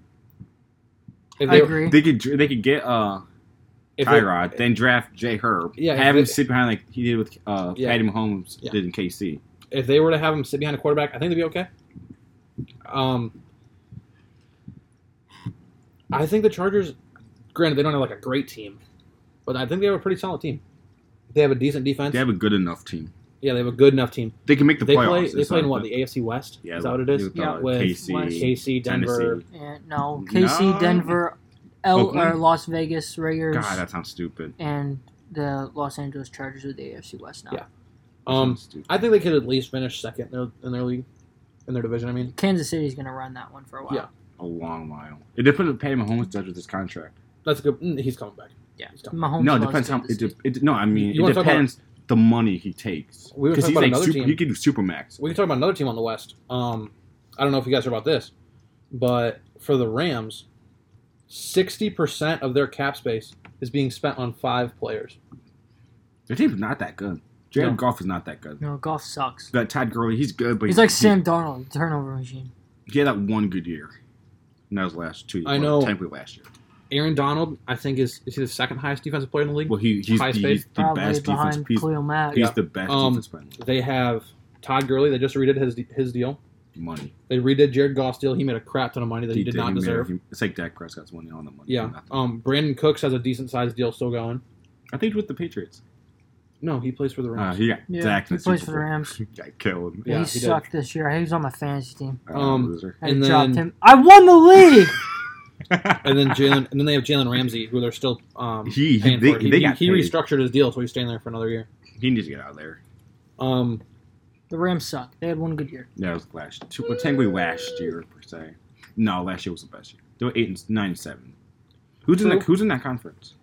Speaker 1: If
Speaker 2: I
Speaker 1: they,
Speaker 2: agree.
Speaker 3: They could they could get uh
Speaker 1: if they-
Speaker 3: Tyrod, then draft Jay Herb.
Speaker 1: Yeah,
Speaker 3: have
Speaker 1: if they-
Speaker 3: him sit behind like he did with uh,
Speaker 1: Yeah.
Speaker 3: Patty Mahomes
Speaker 1: Yeah.
Speaker 3: did in KC.
Speaker 1: if they were to have him sit behind a quarterback, I think they'd be okay. Um, I think the Chargers, granted, they don't have like a great team, but I think they have a pretty solid team. They have a decent defense.
Speaker 3: They have a good enough team.
Speaker 1: yeah, they have a good enough team.
Speaker 3: They can make the
Speaker 1: they
Speaker 3: playoffs.
Speaker 1: play. They
Speaker 3: It's
Speaker 1: play in
Speaker 3: not-
Speaker 1: what the AFC West.
Speaker 3: yeah,
Speaker 1: is that what it is?
Speaker 3: with, uh,
Speaker 2: Yeah.
Speaker 1: With
Speaker 3: KC,
Speaker 1: KC, Denver.
Speaker 3: Tennessee.
Speaker 2: Yeah, no,
Speaker 3: No.
Speaker 2: KC, Denver, L, or
Speaker 3: Oakland?
Speaker 2: Las Vegas Raiders,
Speaker 3: God, that sounds stupid.
Speaker 2: and the Los Angeles Chargers with the AFC West now.
Speaker 1: Yeah. Um,
Speaker 3: Sounds stupid.
Speaker 1: I think they could at least finish second in their, in their league, in their division. I mean,
Speaker 2: Kansas City's gonna run that one for a while.
Speaker 1: Yeah.
Speaker 3: a long mile. It depends what Patty Mahomes does with his contract.
Speaker 1: that's a good. mm, He's coming back.
Speaker 2: Yeah.
Speaker 1: He's coming.
Speaker 2: Mahomes.
Speaker 3: no, it
Speaker 2: loves
Speaker 3: depends how.
Speaker 2: Kansas
Speaker 3: It,
Speaker 2: City.
Speaker 3: de- it, no, I mean
Speaker 1: You wanna
Speaker 3: it
Speaker 1: talk about-
Speaker 3: depends the money he takes.
Speaker 1: We were
Speaker 3: Because
Speaker 1: talking
Speaker 3: he's
Speaker 1: about
Speaker 3: like
Speaker 1: another
Speaker 3: super,
Speaker 1: team.
Speaker 3: you can do supermax.
Speaker 1: We can talk about another team on the West. Um, I don't know if you guys heard about this, but for the Rams, sixty percent of their cap space is being spent on five players.
Speaker 3: Their team's not that good. Jared
Speaker 1: No.
Speaker 3: Goff is not that good.
Speaker 2: no, golf sucks.
Speaker 3: That Todd Gurley, he's good, but
Speaker 2: He's like Sam Darnold, turnover machine.
Speaker 3: He had that one good year. And that was last two years.
Speaker 1: I know.
Speaker 3: well, Technically last year.
Speaker 1: Aaron Donald, I think, is is he the second highest defensive player in the league?
Speaker 3: Well, he, he's,
Speaker 1: Highest
Speaker 3: the,
Speaker 1: paid.
Speaker 3: he's the
Speaker 2: Probably
Speaker 3: best defense.
Speaker 2: behind
Speaker 3: He's,
Speaker 2: Khalil Mack.
Speaker 3: he's the best
Speaker 1: Um,
Speaker 3: defense player. in the
Speaker 1: They have Todd Gurley. They just redid his his deal.
Speaker 3: league. Money.
Speaker 1: They redid Jared Goff's deal. He made a crap ton of money that he, did not
Speaker 3: made
Speaker 1: deserve.
Speaker 3: everything- It's like Dak Prescott's money on the money.
Speaker 1: Yeah.
Speaker 3: Nothing.
Speaker 1: Um, Brandon Cooks has a decent sized deal still going.
Speaker 3: I think it's with the Patriots.
Speaker 1: No, he plays for the
Speaker 3: Uh,
Speaker 1: Rams.
Speaker 3: he got
Speaker 2: Yeah,
Speaker 3: Dak in
Speaker 2: he
Speaker 3: the
Speaker 2: plays
Speaker 3: Super
Speaker 2: for the
Speaker 3: Bowl.
Speaker 2: Rams.
Speaker 3: Got killed.
Speaker 1: Yeah,
Speaker 2: he,
Speaker 1: he did.
Speaker 2: sucked this year. He was on my fantasy team.
Speaker 3: Uh,
Speaker 1: Um,
Speaker 3: loser.
Speaker 2: I
Speaker 1: And
Speaker 2: dropped
Speaker 1: then-
Speaker 2: him. I won the league.
Speaker 1: and then Jalen, and then they have Jalen Ramsey, who they're still um,
Speaker 3: He- he-
Speaker 1: paying
Speaker 3: they-
Speaker 1: for. He,
Speaker 3: they
Speaker 1: he,
Speaker 3: got
Speaker 1: he
Speaker 3: paid.
Speaker 1: restructured his deal, so he's staying there for another year.
Speaker 3: he needs to get out of there.
Speaker 1: Um,
Speaker 2: the Rams suck. They had one good year.
Speaker 3: That was last. Two, well, technically last year per se. No, last year was the best year. They were eight and nine and seven. Who's in
Speaker 1: True.
Speaker 3: that? Who's in that conference?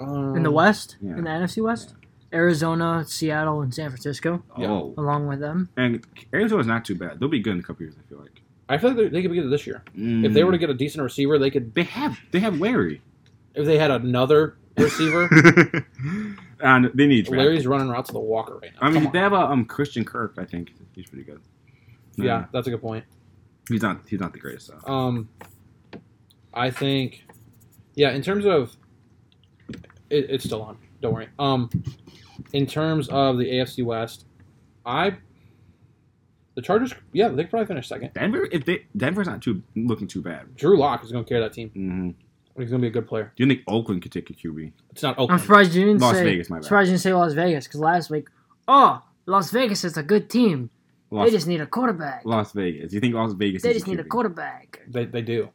Speaker 1: Um,
Speaker 2: In the West,
Speaker 3: yeah.
Speaker 2: in the NFC West, Arizona, Seattle, and San Francisco,
Speaker 1: Yeah.
Speaker 3: Oh,
Speaker 2: along with them.
Speaker 3: and Arizona's not too bad. They'll be good in a couple years. I feel like.
Speaker 1: I feel like they- they could be good this year. If
Speaker 3: Mm.
Speaker 1: they were to get a decent receiver, they could.
Speaker 3: they have they have Larry.
Speaker 1: If they had another receiver,
Speaker 3: and Uh, they need draft.
Speaker 1: Larry's running routes to the Walker right now.
Speaker 3: I mean,
Speaker 1: Come
Speaker 3: they
Speaker 1: on.
Speaker 3: have a, um Christian Kirk. I think he's pretty good.
Speaker 1: yeah, that's a good point.
Speaker 3: he's not he's not the greatest. Though.
Speaker 1: Um, I think, yeah, in terms of, it, it's still on. Don't worry. Um, in terms of the AFC West, I, the Chargers, yeah, they could probably finish second.
Speaker 3: Denver if they Denver's not too looking too bad.
Speaker 1: Drew Lock is going to carry that team.
Speaker 3: hmm
Speaker 1: He's going to be a good player.
Speaker 3: Do you think Oakland could take a QB?
Speaker 1: It's not
Speaker 2: I'm
Speaker 1: Oakland.
Speaker 2: surprised you didn't
Speaker 3: Las
Speaker 2: say.
Speaker 3: Vegas, my bad.
Speaker 2: Surprised you didn't say Las Vegas because last week, oh, Las Vegas is a good team.
Speaker 3: Las,
Speaker 2: They just need a quarterback.
Speaker 3: Las Vegas. Do you think Las Vegas?
Speaker 2: they
Speaker 3: is
Speaker 2: just need a
Speaker 3: QB?
Speaker 2: quarterback.
Speaker 1: They, they do.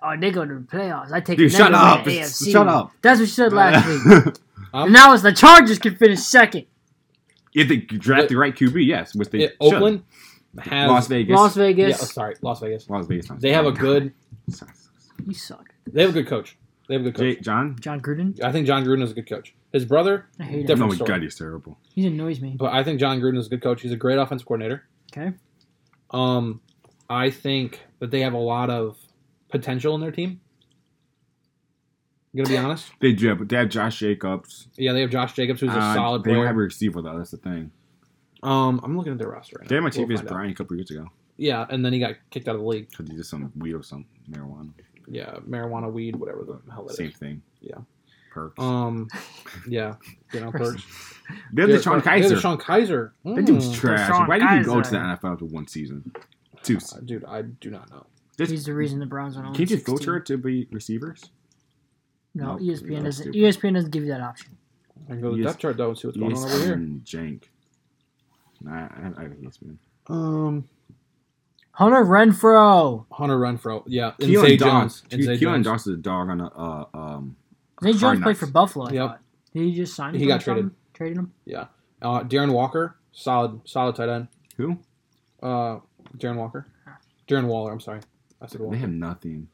Speaker 2: Oh, they go to the playoffs. I take
Speaker 3: Dude,
Speaker 2: another
Speaker 3: shut
Speaker 2: one
Speaker 3: up.
Speaker 2: in the
Speaker 3: It's-
Speaker 2: AFC.
Speaker 3: shut up.
Speaker 2: That's what you said last week.
Speaker 1: Um,
Speaker 2: And now it's the Chargers can finish second.
Speaker 3: if they draft the right QB, yes. With the
Speaker 1: Yeah, Oakland has
Speaker 3: Las Vegas,
Speaker 2: Las
Speaker 1: Yeah,
Speaker 2: Vegas,
Speaker 1: oh, sorry, Las Vegas.
Speaker 3: Las Vegas. not-
Speaker 1: They have a good.
Speaker 2: you suck.
Speaker 1: They have a good coach. They have a good
Speaker 3: Jay,
Speaker 1: coach.
Speaker 3: John.
Speaker 2: John Gruden,
Speaker 1: I think John Gruden is a good coach. His brother,
Speaker 2: I hate him.
Speaker 1: Different
Speaker 3: oh my
Speaker 1: story.
Speaker 3: god, he's terrible.
Speaker 2: He annoys me.
Speaker 1: but I think John Gruden is a good coach. He's a great offensive coordinator.
Speaker 2: Okay,
Speaker 1: Um, I think that they have a lot of potential in their team. I'm gonna be honest.
Speaker 3: They do, have, but they have Josh Jacobs.
Speaker 1: Yeah, they have Josh Jacobs, who's a
Speaker 3: Uh,
Speaker 1: solid
Speaker 3: They don't
Speaker 1: player.
Speaker 3: have a receiver though. That's the thing.
Speaker 1: um, I'm looking at their roster right
Speaker 3: They
Speaker 1: now.
Speaker 3: had
Speaker 1: We'll
Speaker 3: Martavius
Speaker 1: find out.
Speaker 3: Bryant a couple years ago
Speaker 1: Yeah, and then he got kicked out of the league.
Speaker 3: because he did some weed or some marijuana.
Speaker 1: Yeah, marijuana, weed, whatever the hell it is.
Speaker 3: Same thing.
Speaker 1: Yeah.
Speaker 3: Perks.
Speaker 1: Um, yeah, you know, perks.
Speaker 3: they have the
Speaker 1: Sean
Speaker 3: Sean Kaiser.
Speaker 1: Sean Kaiser.
Speaker 3: That dude's
Speaker 1: Mm.
Speaker 3: trash.
Speaker 2: Deshaun
Speaker 3: Why did he go to
Speaker 2: Kaiser.
Speaker 3: the NFL after one season? Two.
Speaker 1: Uh, dude, I do not know.
Speaker 3: This,
Speaker 2: he's the reason the Browns went on.
Speaker 3: can you just filter it to be receivers?
Speaker 2: No, E
Speaker 3: No,
Speaker 2: ESPN
Speaker 3: that's
Speaker 2: doesn't.
Speaker 3: stupid.
Speaker 2: ESPN doesn't give you that option.
Speaker 1: I can go to the
Speaker 3: Yes.
Speaker 1: depth chart though and see what's going
Speaker 3: Yes,
Speaker 1: on over here.
Speaker 3: and Jank. Nah, I, I don't think man.
Speaker 1: Um,
Speaker 2: Hunter Renfro.
Speaker 1: Hunter Renfro, yeah, and Zay
Speaker 3: Keelan
Speaker 1: Jones,
Speaker 3: Doss.
Speaker 1: and Zay
Speaker 3: Keelan
Speaker 1: Jones.
Speaker 3: Doss is a dog on a. Uh, um,
Speaker 2: Zay
Speaker 3: Hard
Speaker 2: Jones played
Speaker 3: knocks.
Speaker 2: for Buffalo. I
Speaker 1: Yep.
Speaker 2: thought. Did he just sign?
Speaker 1: He
Speaker 2: him
Speaker 1: got
Speaker 2: or something? Traded him.
Speaker 1: Uh, Darren Walker, solid, solid tight end.
Speaker 3: who?
Speaker 1: Uh, Darren Walker, Darren Waller. I'm sorry, That's a good
Speaker 3: They
Speaker 1: one.
Speaker 3: have nothing.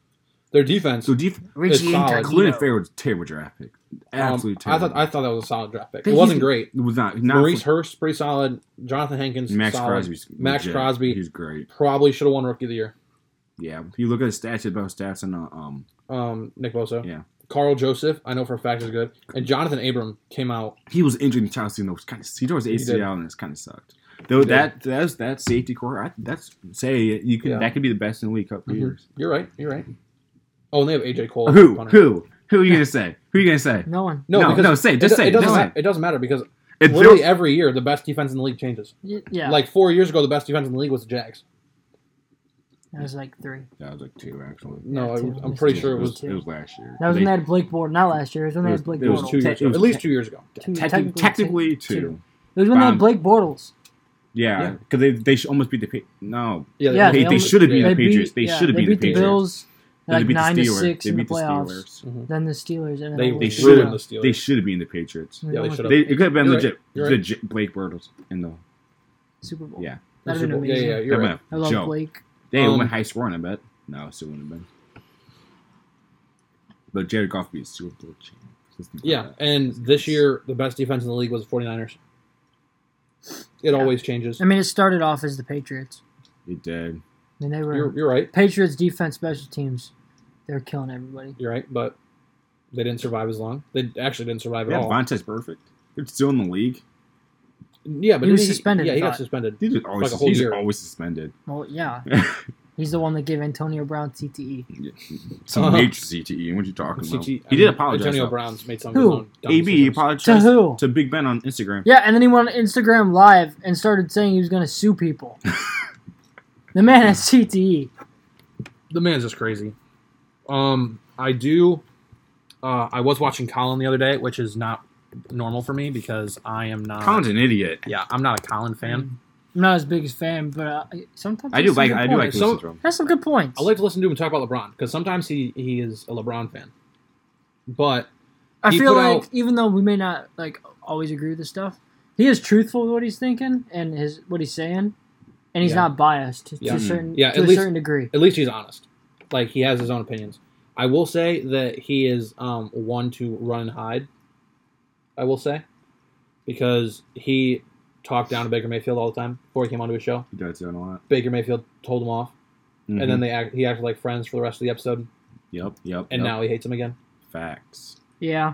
Speaker 1: Their defense. um,
Speaker 3: So def-
Speaker 1: Richie solid.
Speaker 3: Clinton Fair was a terrible draft pick.
Speaker 1: um,
Speaker 3: Absolutely
Speaker 1: I
Speaker 3: terrible.
Speaker 1: thought I thought that was a solid draft pick.
Speaker 2: But
Speaker 1: It wasn't
Speaker 2: he's-
Speaker 1: great.
Speaker 3: it was not. not
Speaker 1: Maurice Hurst pretty solid. Jonathan Hankins
Speaker 3: Max
Speaker 1: solid.
Speaker 3: Crosby's
Speaker 1: Max
Speaker 3: legit.
Speaker 1: Crosby.
Speaker 3: He's great.
Speaker 1: Probably should have won Rookie of the Year.
Speaker 3: Yeah, if you look at his stats about stats and uh, um,
Speaker 1: Um, Nick Bosa.
Speaker 3: Yeah.
Speaker 1: Carl Joseph, I know for a fact is good. And Jonathan Abram came out.
Speaker 3: he was injured in Chelsea. You know, kind of he tore his
Speaker 1: did.
Speaker 3: ACL and it's kind of sucked. Though
Speaker 1: He did.
Speaker 3: that that's that safety core, I, that's say you can
Speaker 1: Yeah.
Speaker 3: that could be the best in the league couple
Speaker 1: Mhm.
Speaker 3: years.
Speaker 1: You're right. You're right. Oh, and they have AJ Cole. as
Speaker 3: Who
Speaker 1: punter.
Speaker 3: who who are you gonna say? Who are you gonna say?
Speaker 2: No one.
Speaker 1: No,
Speaker 3: no,
Speaker 1: because
Speaker 3: no, say it,
Speaker 1: it
Speaker 3: just
Speaker 1: do-
Speaker 3: say
Speaker 1: it
Speaker 3: it,
Speaker 1: doesn't.
Speaker 3: just say
Speaker 1: ma- it doesn't matter because
Speaker 3: it. It
Speaker 1: literally
Speaker 3: feels-
Speaker 1: every year the best defense in the league changes.
Speaker 2: Y- Yeah.
Speaker 1: Like four years ago, the best defense in the league was the Jags.
Speaker 2: that was like three.
Speaker 3: that was like two actually.
Speaker 1: No,
Speaker 2: Yeah,
Speaker 1: it
Speaker 2: two.
Speaker 1: was, I'm pretty sure it was.
Speaker 3: It was last year.
Speaker 2: That was
Speaker 3: They-
Speaker 2: when they had Blake Bortles. Not last year. It was when they
Speaker 3: It
Speaker 2: had Blake
Speaker 3: it
Speaker 1: It was
Speaker 2: Bortles.
Speaker 1: two years
Speaker 3: Te- it
Speaker 1: ago.
Speaker 3: was
Speaker 1: At least
Speaker 3: te-
Speaker 1: two years ago.
Speaker 2: Two-
Speaker 3: techni-
Speaker 2: technically two.
Speaker 3: technically two.
Speaker 2: It was when they had
Speaker 3: Um,
Speaker 2: Blake Bortles.
Speaker 3: Yeah,
Speaker 1: Yeah.
Speaker 3: because they they should almost beat the Pa- no.
Speaker 1: Yeah,
Speaker 2: Yeah,
Speaker 1: they-
Speaker 2: they
Speaker 3: They, they
Speaker 2: almost-
Speaker 3: should have beat
Speaker 1: yeah.
Speaker 3: the Patriots. They
Speaker 2: yeah,
Speaker 3: should have beat the Patriots.
Speaker 2: Bills
Speaker 3: Then they
Speaker 2: like
Speaker 3: beat the
Speaker 2: nine to
Speaker 3: Steelers.
Speaker 2: six
Speaker 3: They
Speaker 2: in the
Speaker 3: beat the
Speaker 2: playoffs.
Speaker 3: Steelers.
Speaker 1: Mhm.
Speaker 2: Then the Steelers. And
Speaker 1: They,
Speaker 2: then
Speaker 1: they
Speaker 2: we-
Speaker 1: should
Speaker 3: should've-
Speaker 1: have the Steelers.
Speaker 3: They should have been the Patriots.
Speaker 1: yeah, they
Speaker 2: went
Speaker 1: should
Speaker 2: to
Speaker 1: have.
Speaker 3: They, it could have been
Speaker 1: You're right.
Speaker 3: legit,
Speaker 1: You're right.
Speaker 3: legit Blake Bortles in the
Speaker 2: the Super Bowl.
Speaker 3: yeah.
Speaker 1: The
Speaker 2: That'd
Speaker 1: Super
Speaker 2: have
Speaker 1: Bowl-
Speaker 2: been
Speaker 1: yeah,
Speaker 2: amazing.
Speaker 1: yeah,
Speaker 3: That
Speaker 1: you're
Speaker 3: would
Speaker 1: right.
Speaker 3: have
Speaker 2: I love
Speaker 3: joke.
Speaker 2: Blake.
Speaker 3: They
Speaker 1: Um,
Speaker 3: went high scoring, I bet. No, it still wouldn't have been. But Jared Goff beat a Super Bowl champ. Just think about
Speaker 1: Yeah,
Speaker 3: that.
Speaker 1: and this year the best defense in the league was the 49ers. It always changes.
Speaker 2: I mean, it started off as the Patriots.
Speaker 3: it did.
Speaker 2: I mean, they were
Speaker 1: You're, you're right.
Speaker 2: Patriots defense, special teams. They're killing everybody.
Speaker 1: You're right, but they didn't survive as long. They actually didn't survive at
Speaker 3: Yeah,
Speaker 1: all.
Speaker 3: Vontez perfect. They're still in the league.
Speaker 1: Yeah, but
Speaker 2: He was
Speaker 1: didn't
Speaker 2: suspended,
Speaker 1: Yeah, he
Speaker 2: I
Speaker 1: got
Speaker 2: thought.
Speaker 1: suspended.
Speaker 3: He's just always
Speaker 1: Like a whole
Speaker 3: he's
Speaker 1: year.
Speaker 3: always suspended.
Speaker 2: Well, yeah, he's the one that gave Antonio Brown E. CTE.
Speaker 3: Some
Speaker 1: Uh-huh.
Speaker 3: major CTE. What you talking about?
Speaker 1: CT,
Speaker 3: He
Speaker 1: I
Speaker 3: did
Speaker 1: mean,
Speaker 3: apologize.
Speaker 1: Antonio
Speaker 3: though.
Speaker 1: Brown's made some
Speaker 2: Who?
Speaker 1: of his own dumb
Speaker 3: AB
Speaker 1: decisions.
Speaker 2: To
Speaker 3: apologized
Speaker 2: who?
Speaker 3: to Big Ben on Instagram.
Speaker 2: Yeah, and then he went on Instagram Live and started saying he was going to sue people. the man has E. CTE.
Speaker 1: the man's just crazy. Um, I do. Uh, I was watching Colin the other day, which is not normal for me because I am not.
Speaker 3: Colin's an idiot.
Speaker 1: Yeah, I'm not a Colin fan.
Speaker 2: I'm not his biggest fan, but uh, sometimes
Speaker 3: I
Speaker 2: he
Speaker 3: do
Speaker 2: has some
Speaker 3: like
Speaker 2: good
Speaker 3: I do like
Speaker 2: points.
Speaker 1: So-
Speaker 3: listening to him.
Speaker 2: That's some good points.
Speaker 1: I like to listen to him talk about LeBron because sometimes he he is a LeBron fan, but
Speaker 2: I
Speaker 1: He
Speaker 2: feel
Speaker 1: put
Speaker 2: like
Speaker 1: out-
Speaker 2: even though we may not like always agree with this stuff, he is truthful with what he's thinking and his what he's saying, and he's
Speaker 1: Yeah.
Speaker 2: not biased to,
Speaker 1: Yeah.
Speaker 2: a certain
Speaker 1: Yeah,
Speaker 2: to
Speaker 1: at
Speaker 2: a
Speaker 1: least-
Speaker 2: certain degree.
Speaker 1: at least he's honest. Like he has his own opinions. I will say that he is um, one to run and hide. I will say because he talked down to Baker Mayfield all the time before he came onto his show.
Speaker 3: He does it a lot.
Speaker 1: Baker Mayfield told him off, and
Speaker 3: Mm-hmm.
Speaker 1: then they act, he acted like friends for the rest of the episode,
Speaker 3: yep, yep,
Speaker 1: and
Speaker 3: yep.
Speaker 1: now he hates him again.
Speaker 3: facts.
Speaker 2: Yeah,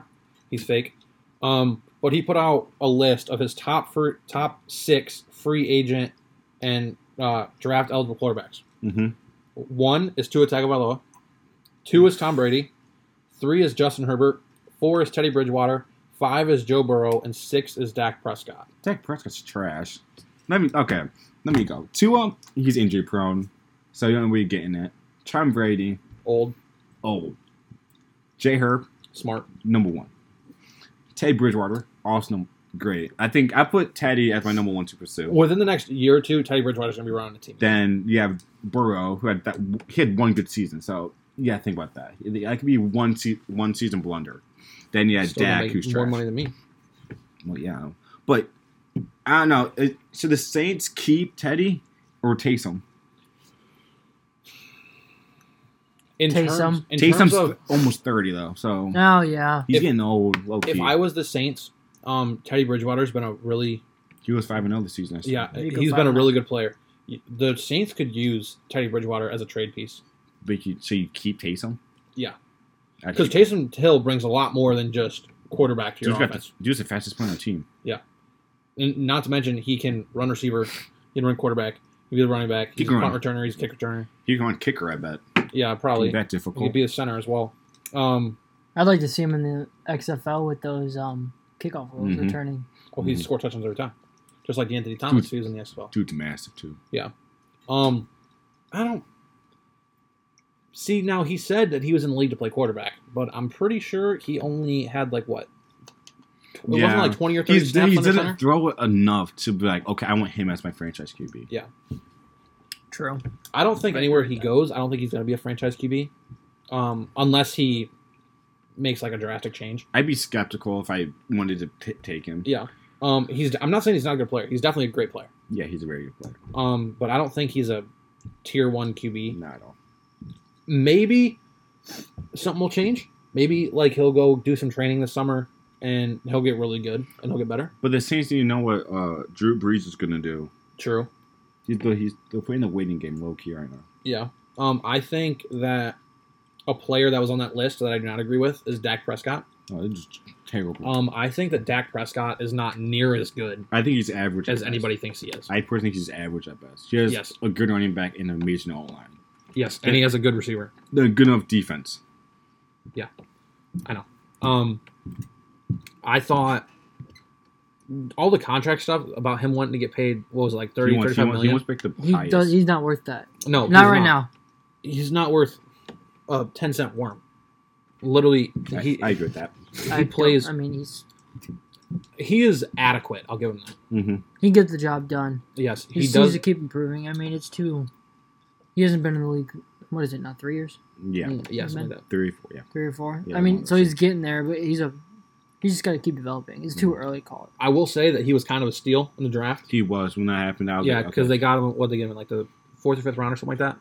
Speaker 1: He's fake. Um, but he put out a list of his top for, top six free agent and uh, draft eligible quarterbacks.
Speaker 3: Mm-hmm.
Speaker 1: One is Tua Tagovailoa. Two is Tom Brady. Three is Justin Herbert. Four is Teddy Bridgewater. Five is Joe Burrow, and six is Dak Prescott.
Speaker 3: Dak Prescott's trash. Let me okay. Let me go. Tua, he's injury prone, so you don't really get in it. Tom Brady,
Speaker 1: Old,
Speaker 3: old. Jay Herb,
Speaker 1: smart.
Speaker 3: number one. Teddy Bridgewater, awesome, great. I think I put Teddy as my number one to pursue.
Speaker 1: Within the next year or two, Teddy Bridgewater's gonna be running the team.
Speaker 3: Then you have Burrow, who had that he had one good season, so yeah, think about that. I could be one se- one season blunder. Then you had
Speaker 1: Still gonna
Speaker 3: Dak,
Speaker 1: make
Speaker 3: who's
Speaker 1: more
Speaker 3: trash.
Speaker 1: money than me.
Speaker 3: Well, yeah, but I don't know. It, should the Saints keep Teddy or Taysom?
Speaker 1: In terms,
Speaker 2: Taysom.
Speaker 1: in terms
Speaker 3: Taysom's
Speaker 1: of
Speaker 3: almost thirty though, so
Speaker 2: oh yeah,
Speaker 3: he's
Speaker 1: If-
Speaker 3: getting old. Low
Speaker 1: if
Speaker 3: key.
Speaker 1: I was the Saints, um, Teddy Bridgewater's been a really
Speaker 3: he was five and zero this season. I said.
Speaker 1: yeah,
Speaker 2: You go
Speaker 1: he's been a
Speaker 2: find
Speaker 1: really good player. The Saints could use Teddy Bridgewater as a trade piece
Speaker 3: but you, so you keep Taysom.
Speaker 1: Yeah.
Speaker 3: I
Speaker 1: because
Speaker 3: keep-
Speaker 1: Taysom Hill brings a lot more than just quarterback to your
Speaker 3: Dude's got
Speaker 1: offense,
Speaker 3: the, dude's the fastest player on the team.
Speaker 1: and not to mention he can run receiver, he can run quarterback, he can be the running back,
Speaker 3: He
Speaker 1: he's a
Speaker 3: can
Speaker 1: punt returner, he's a kick returner.
Speaker 3: He can run kicker, I bet.
Speaker 1: Yeah,
Speaker 3: Probably
Speaker 1: probably
Speaker 3: that
Speaker 1: he could
Speaker 3: difficult.
Speaker 1: be the center as well. Um,
Speaker 2: I'd like to see him in the XFL with those um kickoff rules
Speaker 3: Mhm.
Speaker 2: returning.
Speaker 1: oh, he
Speaker 3: Mhm.
Speaker 1: scored touchdowns every time, just like Anthony Thomas,
Speaker 3: Dude.
Speaker 1: he was in the XFL.
Speaker 3: Dude's massive too.
Speaker 1: Um, I don't see. Now he said that he was in the league to play quarterback, but I'm pretty sure he only had like what? It wasn't
Speaker 3: Yeah.
Speaker 1: like 20 or 30
Speaker 3: He's,
Speaker 1: snaps
Speaker 3: he
Speaker 1: on the center.
Speaker 3: didn't throw it enough to be like, okay, I want him as my franchise QB.
Speaker 2: True.
Speaker 1: I don't think anywhere he goes, I don't think he's going to be a franchise QB, um, unless he makes like a drastic change.
Speaker 3: I'd be skeptical if I wanted to t- take him.
Speaker 1: Yeah. Um, he's. I'm not saying he's not a good player. He's definitely a great player.
Speaker 3: Yeah, he's a very good player.
Speaker 1: Um, but I don't think he's a tier one QB.
Speaker 3: Not at all.
Speaker 1: maybe something will change. Maybe like he'll go do some training this summer and he'll get really good and he'll get better.
Speaker 3: But the Saints need to know what uh, Drew Brees is going to do.
Speaker 1: True.
Speaker 3: He's, the, he's they're playing the waiting game low key right now.
Speaker 1: Yeah. Um, I think that a player that was on that list that I do not agree with is Dak Prescott.
Speaker 3: No, it's Oh, just terrible.
Speaker 1: Um, I think that Dak Prescott is not near as good
Speaker 3: I think he's average. at
Speaker 1: as
Speaker 3: best.
Speaker 1: anybody thinks he is.
Speaker 3: I personally think he's average at best. He has
Speaker 1: Yes.
Speaker 3: a good running back and an amazing O line.
Speaker 1: Yes, and he has a good receiver.
Speaker 3: They're good enough defense.
Speaker 1: Um, I thought all the contract stuff about him wanting to get paid, what was it, like 30,
Speaker 3: he wants, he
Speaker 1: 35
Speaker 3: wants,
Speaker 1: million?
Speaker 3: he wants to pick the
Speaker 2: He
Speaker 3: highest. Oh,
Speaker 2: does. He's not worth that.
Speaker 1: no,
Speaker 2: Not
Speaker 1: he's
Speaker 2: right now.
Speaker 1: He's not worth a 10 cent worm. Literally,
Speaker 3: I,
Speaker 1: he,
Speaker 3: I agree with that.
Speaker 2: I don't-
Speaker 1: plays-
Speaker 2: I mean, he's
Speaker 1: he is adequate. I'll give him that.
Speaker 3: Mm-hmm.
Speaker 2: he gets the job done.
Speaker 1: Yes, he
Speaker 2: He, seems
Speaker 1: does.
Speaker 2: to keep improving. I mean, it's too. He hasn't been in the league. What is it? Not three years.
Speaker 3: Yeah,
Speaker 2: Hmm.
Speaker 1: yes,
Speaker 2: Amen.
Speaker 1: like that.
Speaker 3: three, four. Yeah,
Speaker 2: three or four.
Speaker 3: Yeah,
Speaker 2: I mean,
Speaker 3: one
Speaker 2: so
Speaker 3: or
Speaker 2: he's getting there, but he's a he's just got to keep developing. It's
Speaker 3: Mm-hmm.
Speaker 2: too early to call it.
Speaker 1: I will say that he was kind of a steal in the draft.
Speaker 3: he was when that happened. I was
Speaker 1: yeah,
Speaker 3: like,
Speaker 1: because
Speaker 3: okay.
Speaker 1: they got him, what they gave him, like the fourth or fifth round or something like that.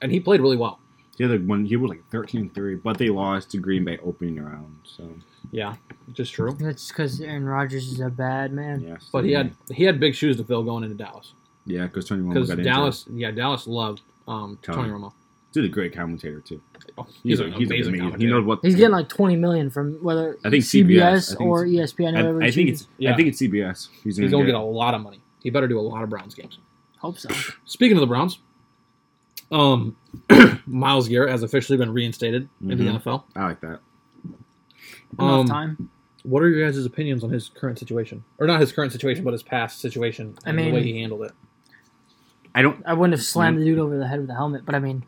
Speaker 1: And he played really well.
Speaker 3: the other one he was like 13-3, but they lost to Green Bay opening round. So
Speaker 1: Yeah, which is true.
Speaker 2: That's because Aaron Rodgers is a bad man.
Speaker 3: yeah,
Speaker 1: But he had he had big shoes to fill going into Dallas
Speaker 3: yeah, because Tony Romo
Speaker 1: because
Speaker 3: got
Speaker 1: Dallas, yeah, Dallas loved um, Tony
Speaker 3: Tony.
Speaker 1: Romo.
Speaker 3: He's a great commentator too.
Speaker 1: Oh, he's,
Speaker 3: He's,
Speaker 1: an
Speaker 3: a, he's
Speaker 1: amazing.
Speaker 3: amazing.
Speaker 1: commentator.
Speaker 3: He knows what
Speaker 2: He's getting like twenty million from whether
Speaker 3: I think CBS, I
Speaker 2: CBS,
Speaker 3: think
Speaker 2: or E
Speaker 3: it's-
Speaker 2: ESPN.
Speaker 3: I,
Speaker 2: whoever
Speaker 3: I
Speaker 2: he
Speaker 3: think
Speaker 2: chooses.
Speaker 3: it's
Speaker 1: Yeah.
Speaker 3: I think it's CBS. He's gonna,
Speaker 1: he's gonna
Speaker 3: get,
Speaker 1: get a lot of money. He better do a lot of Browns games.
Speaker 2: hope so.
Speaker 1: Speaking of the Browns, um, Miles Garrett has officially been reinstated in the
Speaker 3: Mhm.
Speaker 1: NFL.
Speaker 3: I like that.
Speaker 1: Um,
Speaker 2: Enough time.
Speaker 1: What are your guys' opinions on his current situation, or not his current situation, but his past situation
Speaker 2: I
Speaker 1: and
Speaker 2: mean-
Speaker 1: the way he handled it?
Speaker 3: I don't.
Speaker 2: I wouldn't have
Speaker 1: Mm.
Speaker 2: slammed the dude over the head with a helmet, but I mean,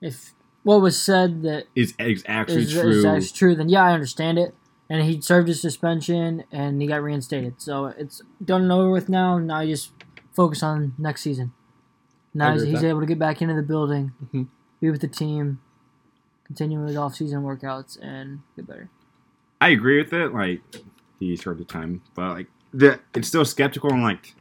Speaker 2: if what was said that
Speaker 3: Is is actually
Speaker 2: is,
Speaker 3: true?
Speaker 2: is that's true, then yeah, I understand it. And he served his suspension and he got reinstated. So it's done and over with now. Now you just focus on next season.
Speaker 1: I
Speaker 2: Now he's,
Speaker 1: agree with
Speaker 2: he's
Speaker 1: that.
Speaker 2: able to get back into the building,
Speaker 1: Mhm.
Speaker 2: be with the team, continue his off-season workouts, and get better.
Speaker 3: I agree with it. Like he served the time, but like the it's still skeptical. And like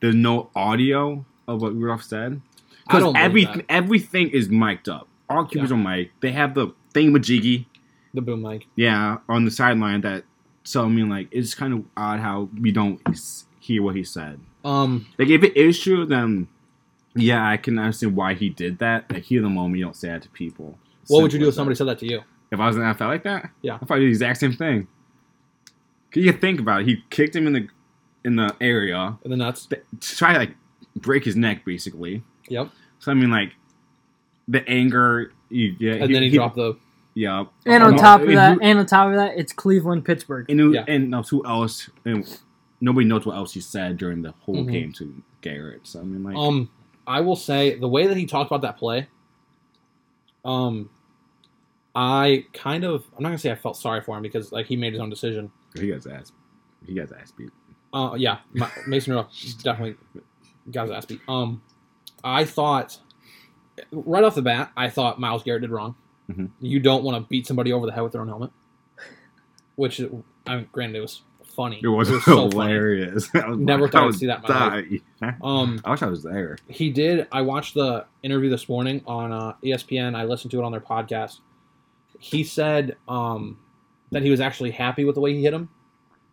Speaker 3: there's no audio of what Rudolph said
Speaker 1: I
Speaker 3: because
Speaker 1: don't
Speaker 3: every
Speaker 1: believe that.
Speaker 3: everything is mic'd up. All cubers are mic'd. They have the thingamajiggy,
Speaker 1: the boom mic.
Speaker 3: yeah, on the sideline. That so I mean, like it's kind of odd how we don't s- hear what he said.
Speaker 1: Um,
Speaker 3: Like if it is true, then yeah, I can understand why he did that. Like here in the moment, you don't say that to people.
Speaker 1: what would you do
Speaker 3: Simple
Speaker 1: if
Speaker 3: as
Speaker 1: somebody
Speaker 3: that.
Speaker 1: said that to you?
Speaker 3: If I was in the NFL like that,
Speaker 1: Yeah.
Speaker 3: I probably do the exact same thing. 'Cause you think about it. He kicked him in the in the area
Speaker 1: In the nuts.
Speaker 3: th- to try to like break his neck, basically.
Speaker 1: Yep.
Speaker 3: So I mean, like the anger you get,
Speaker 1: And then he, dropped the.
Speaker 3: Yeah, Oh,
Speaker 2: And on
Speaker 3: No,
Speaker 2: top of
Speaker 3: and
Speaker 2: that,
Speaker 3: who-
Speaker 2: and on top of that, it's Cleveland, Pittsburgh.
Speaker 3: and who,
Speaker 1: Yeah.
Speaker 3: and knows who else? And nobody knows what else he said during the whole
Speaker 1: Mhm.
Speaker 3: game to Garrett. So I mean, like,
Speaker 1: Um, I will say the way that he talked about that play. Um, I kind of I'm not gonna say I felt sorry for him because like he made his own decision.
Speaker 3: he got his ass, he got his ass beat.
Speaker 1: Uh, yeah, Ma- Mason Rudolph definitely got his ass beat. Um, I thought right off the bat, I thought Miles Garrett did wrong.
Speaker 3: Mhm.
Speaker 1: You don't want to beat somebody over the head with their own helmet, which I mean, granted, it was funny.
Speaker 3: It was,
Speaker 1: so funny.
Speaker 3: hilarious. I was
Speaker 1: Never
Speaker 3: like,
Speaker 1: thought
Speaker 3: I
Speaker 1: I'd
Speaker 3: would
Speaker 1: see that in my
Speaker 3: die.
Speaker 1: Um,
Speaker 3: I wish I was there.
Speaker 1: he did. I watched the interview this morning on uh, ESPN. I listened to it on their podcast. He said um, that he was actually happy with the way he hit him.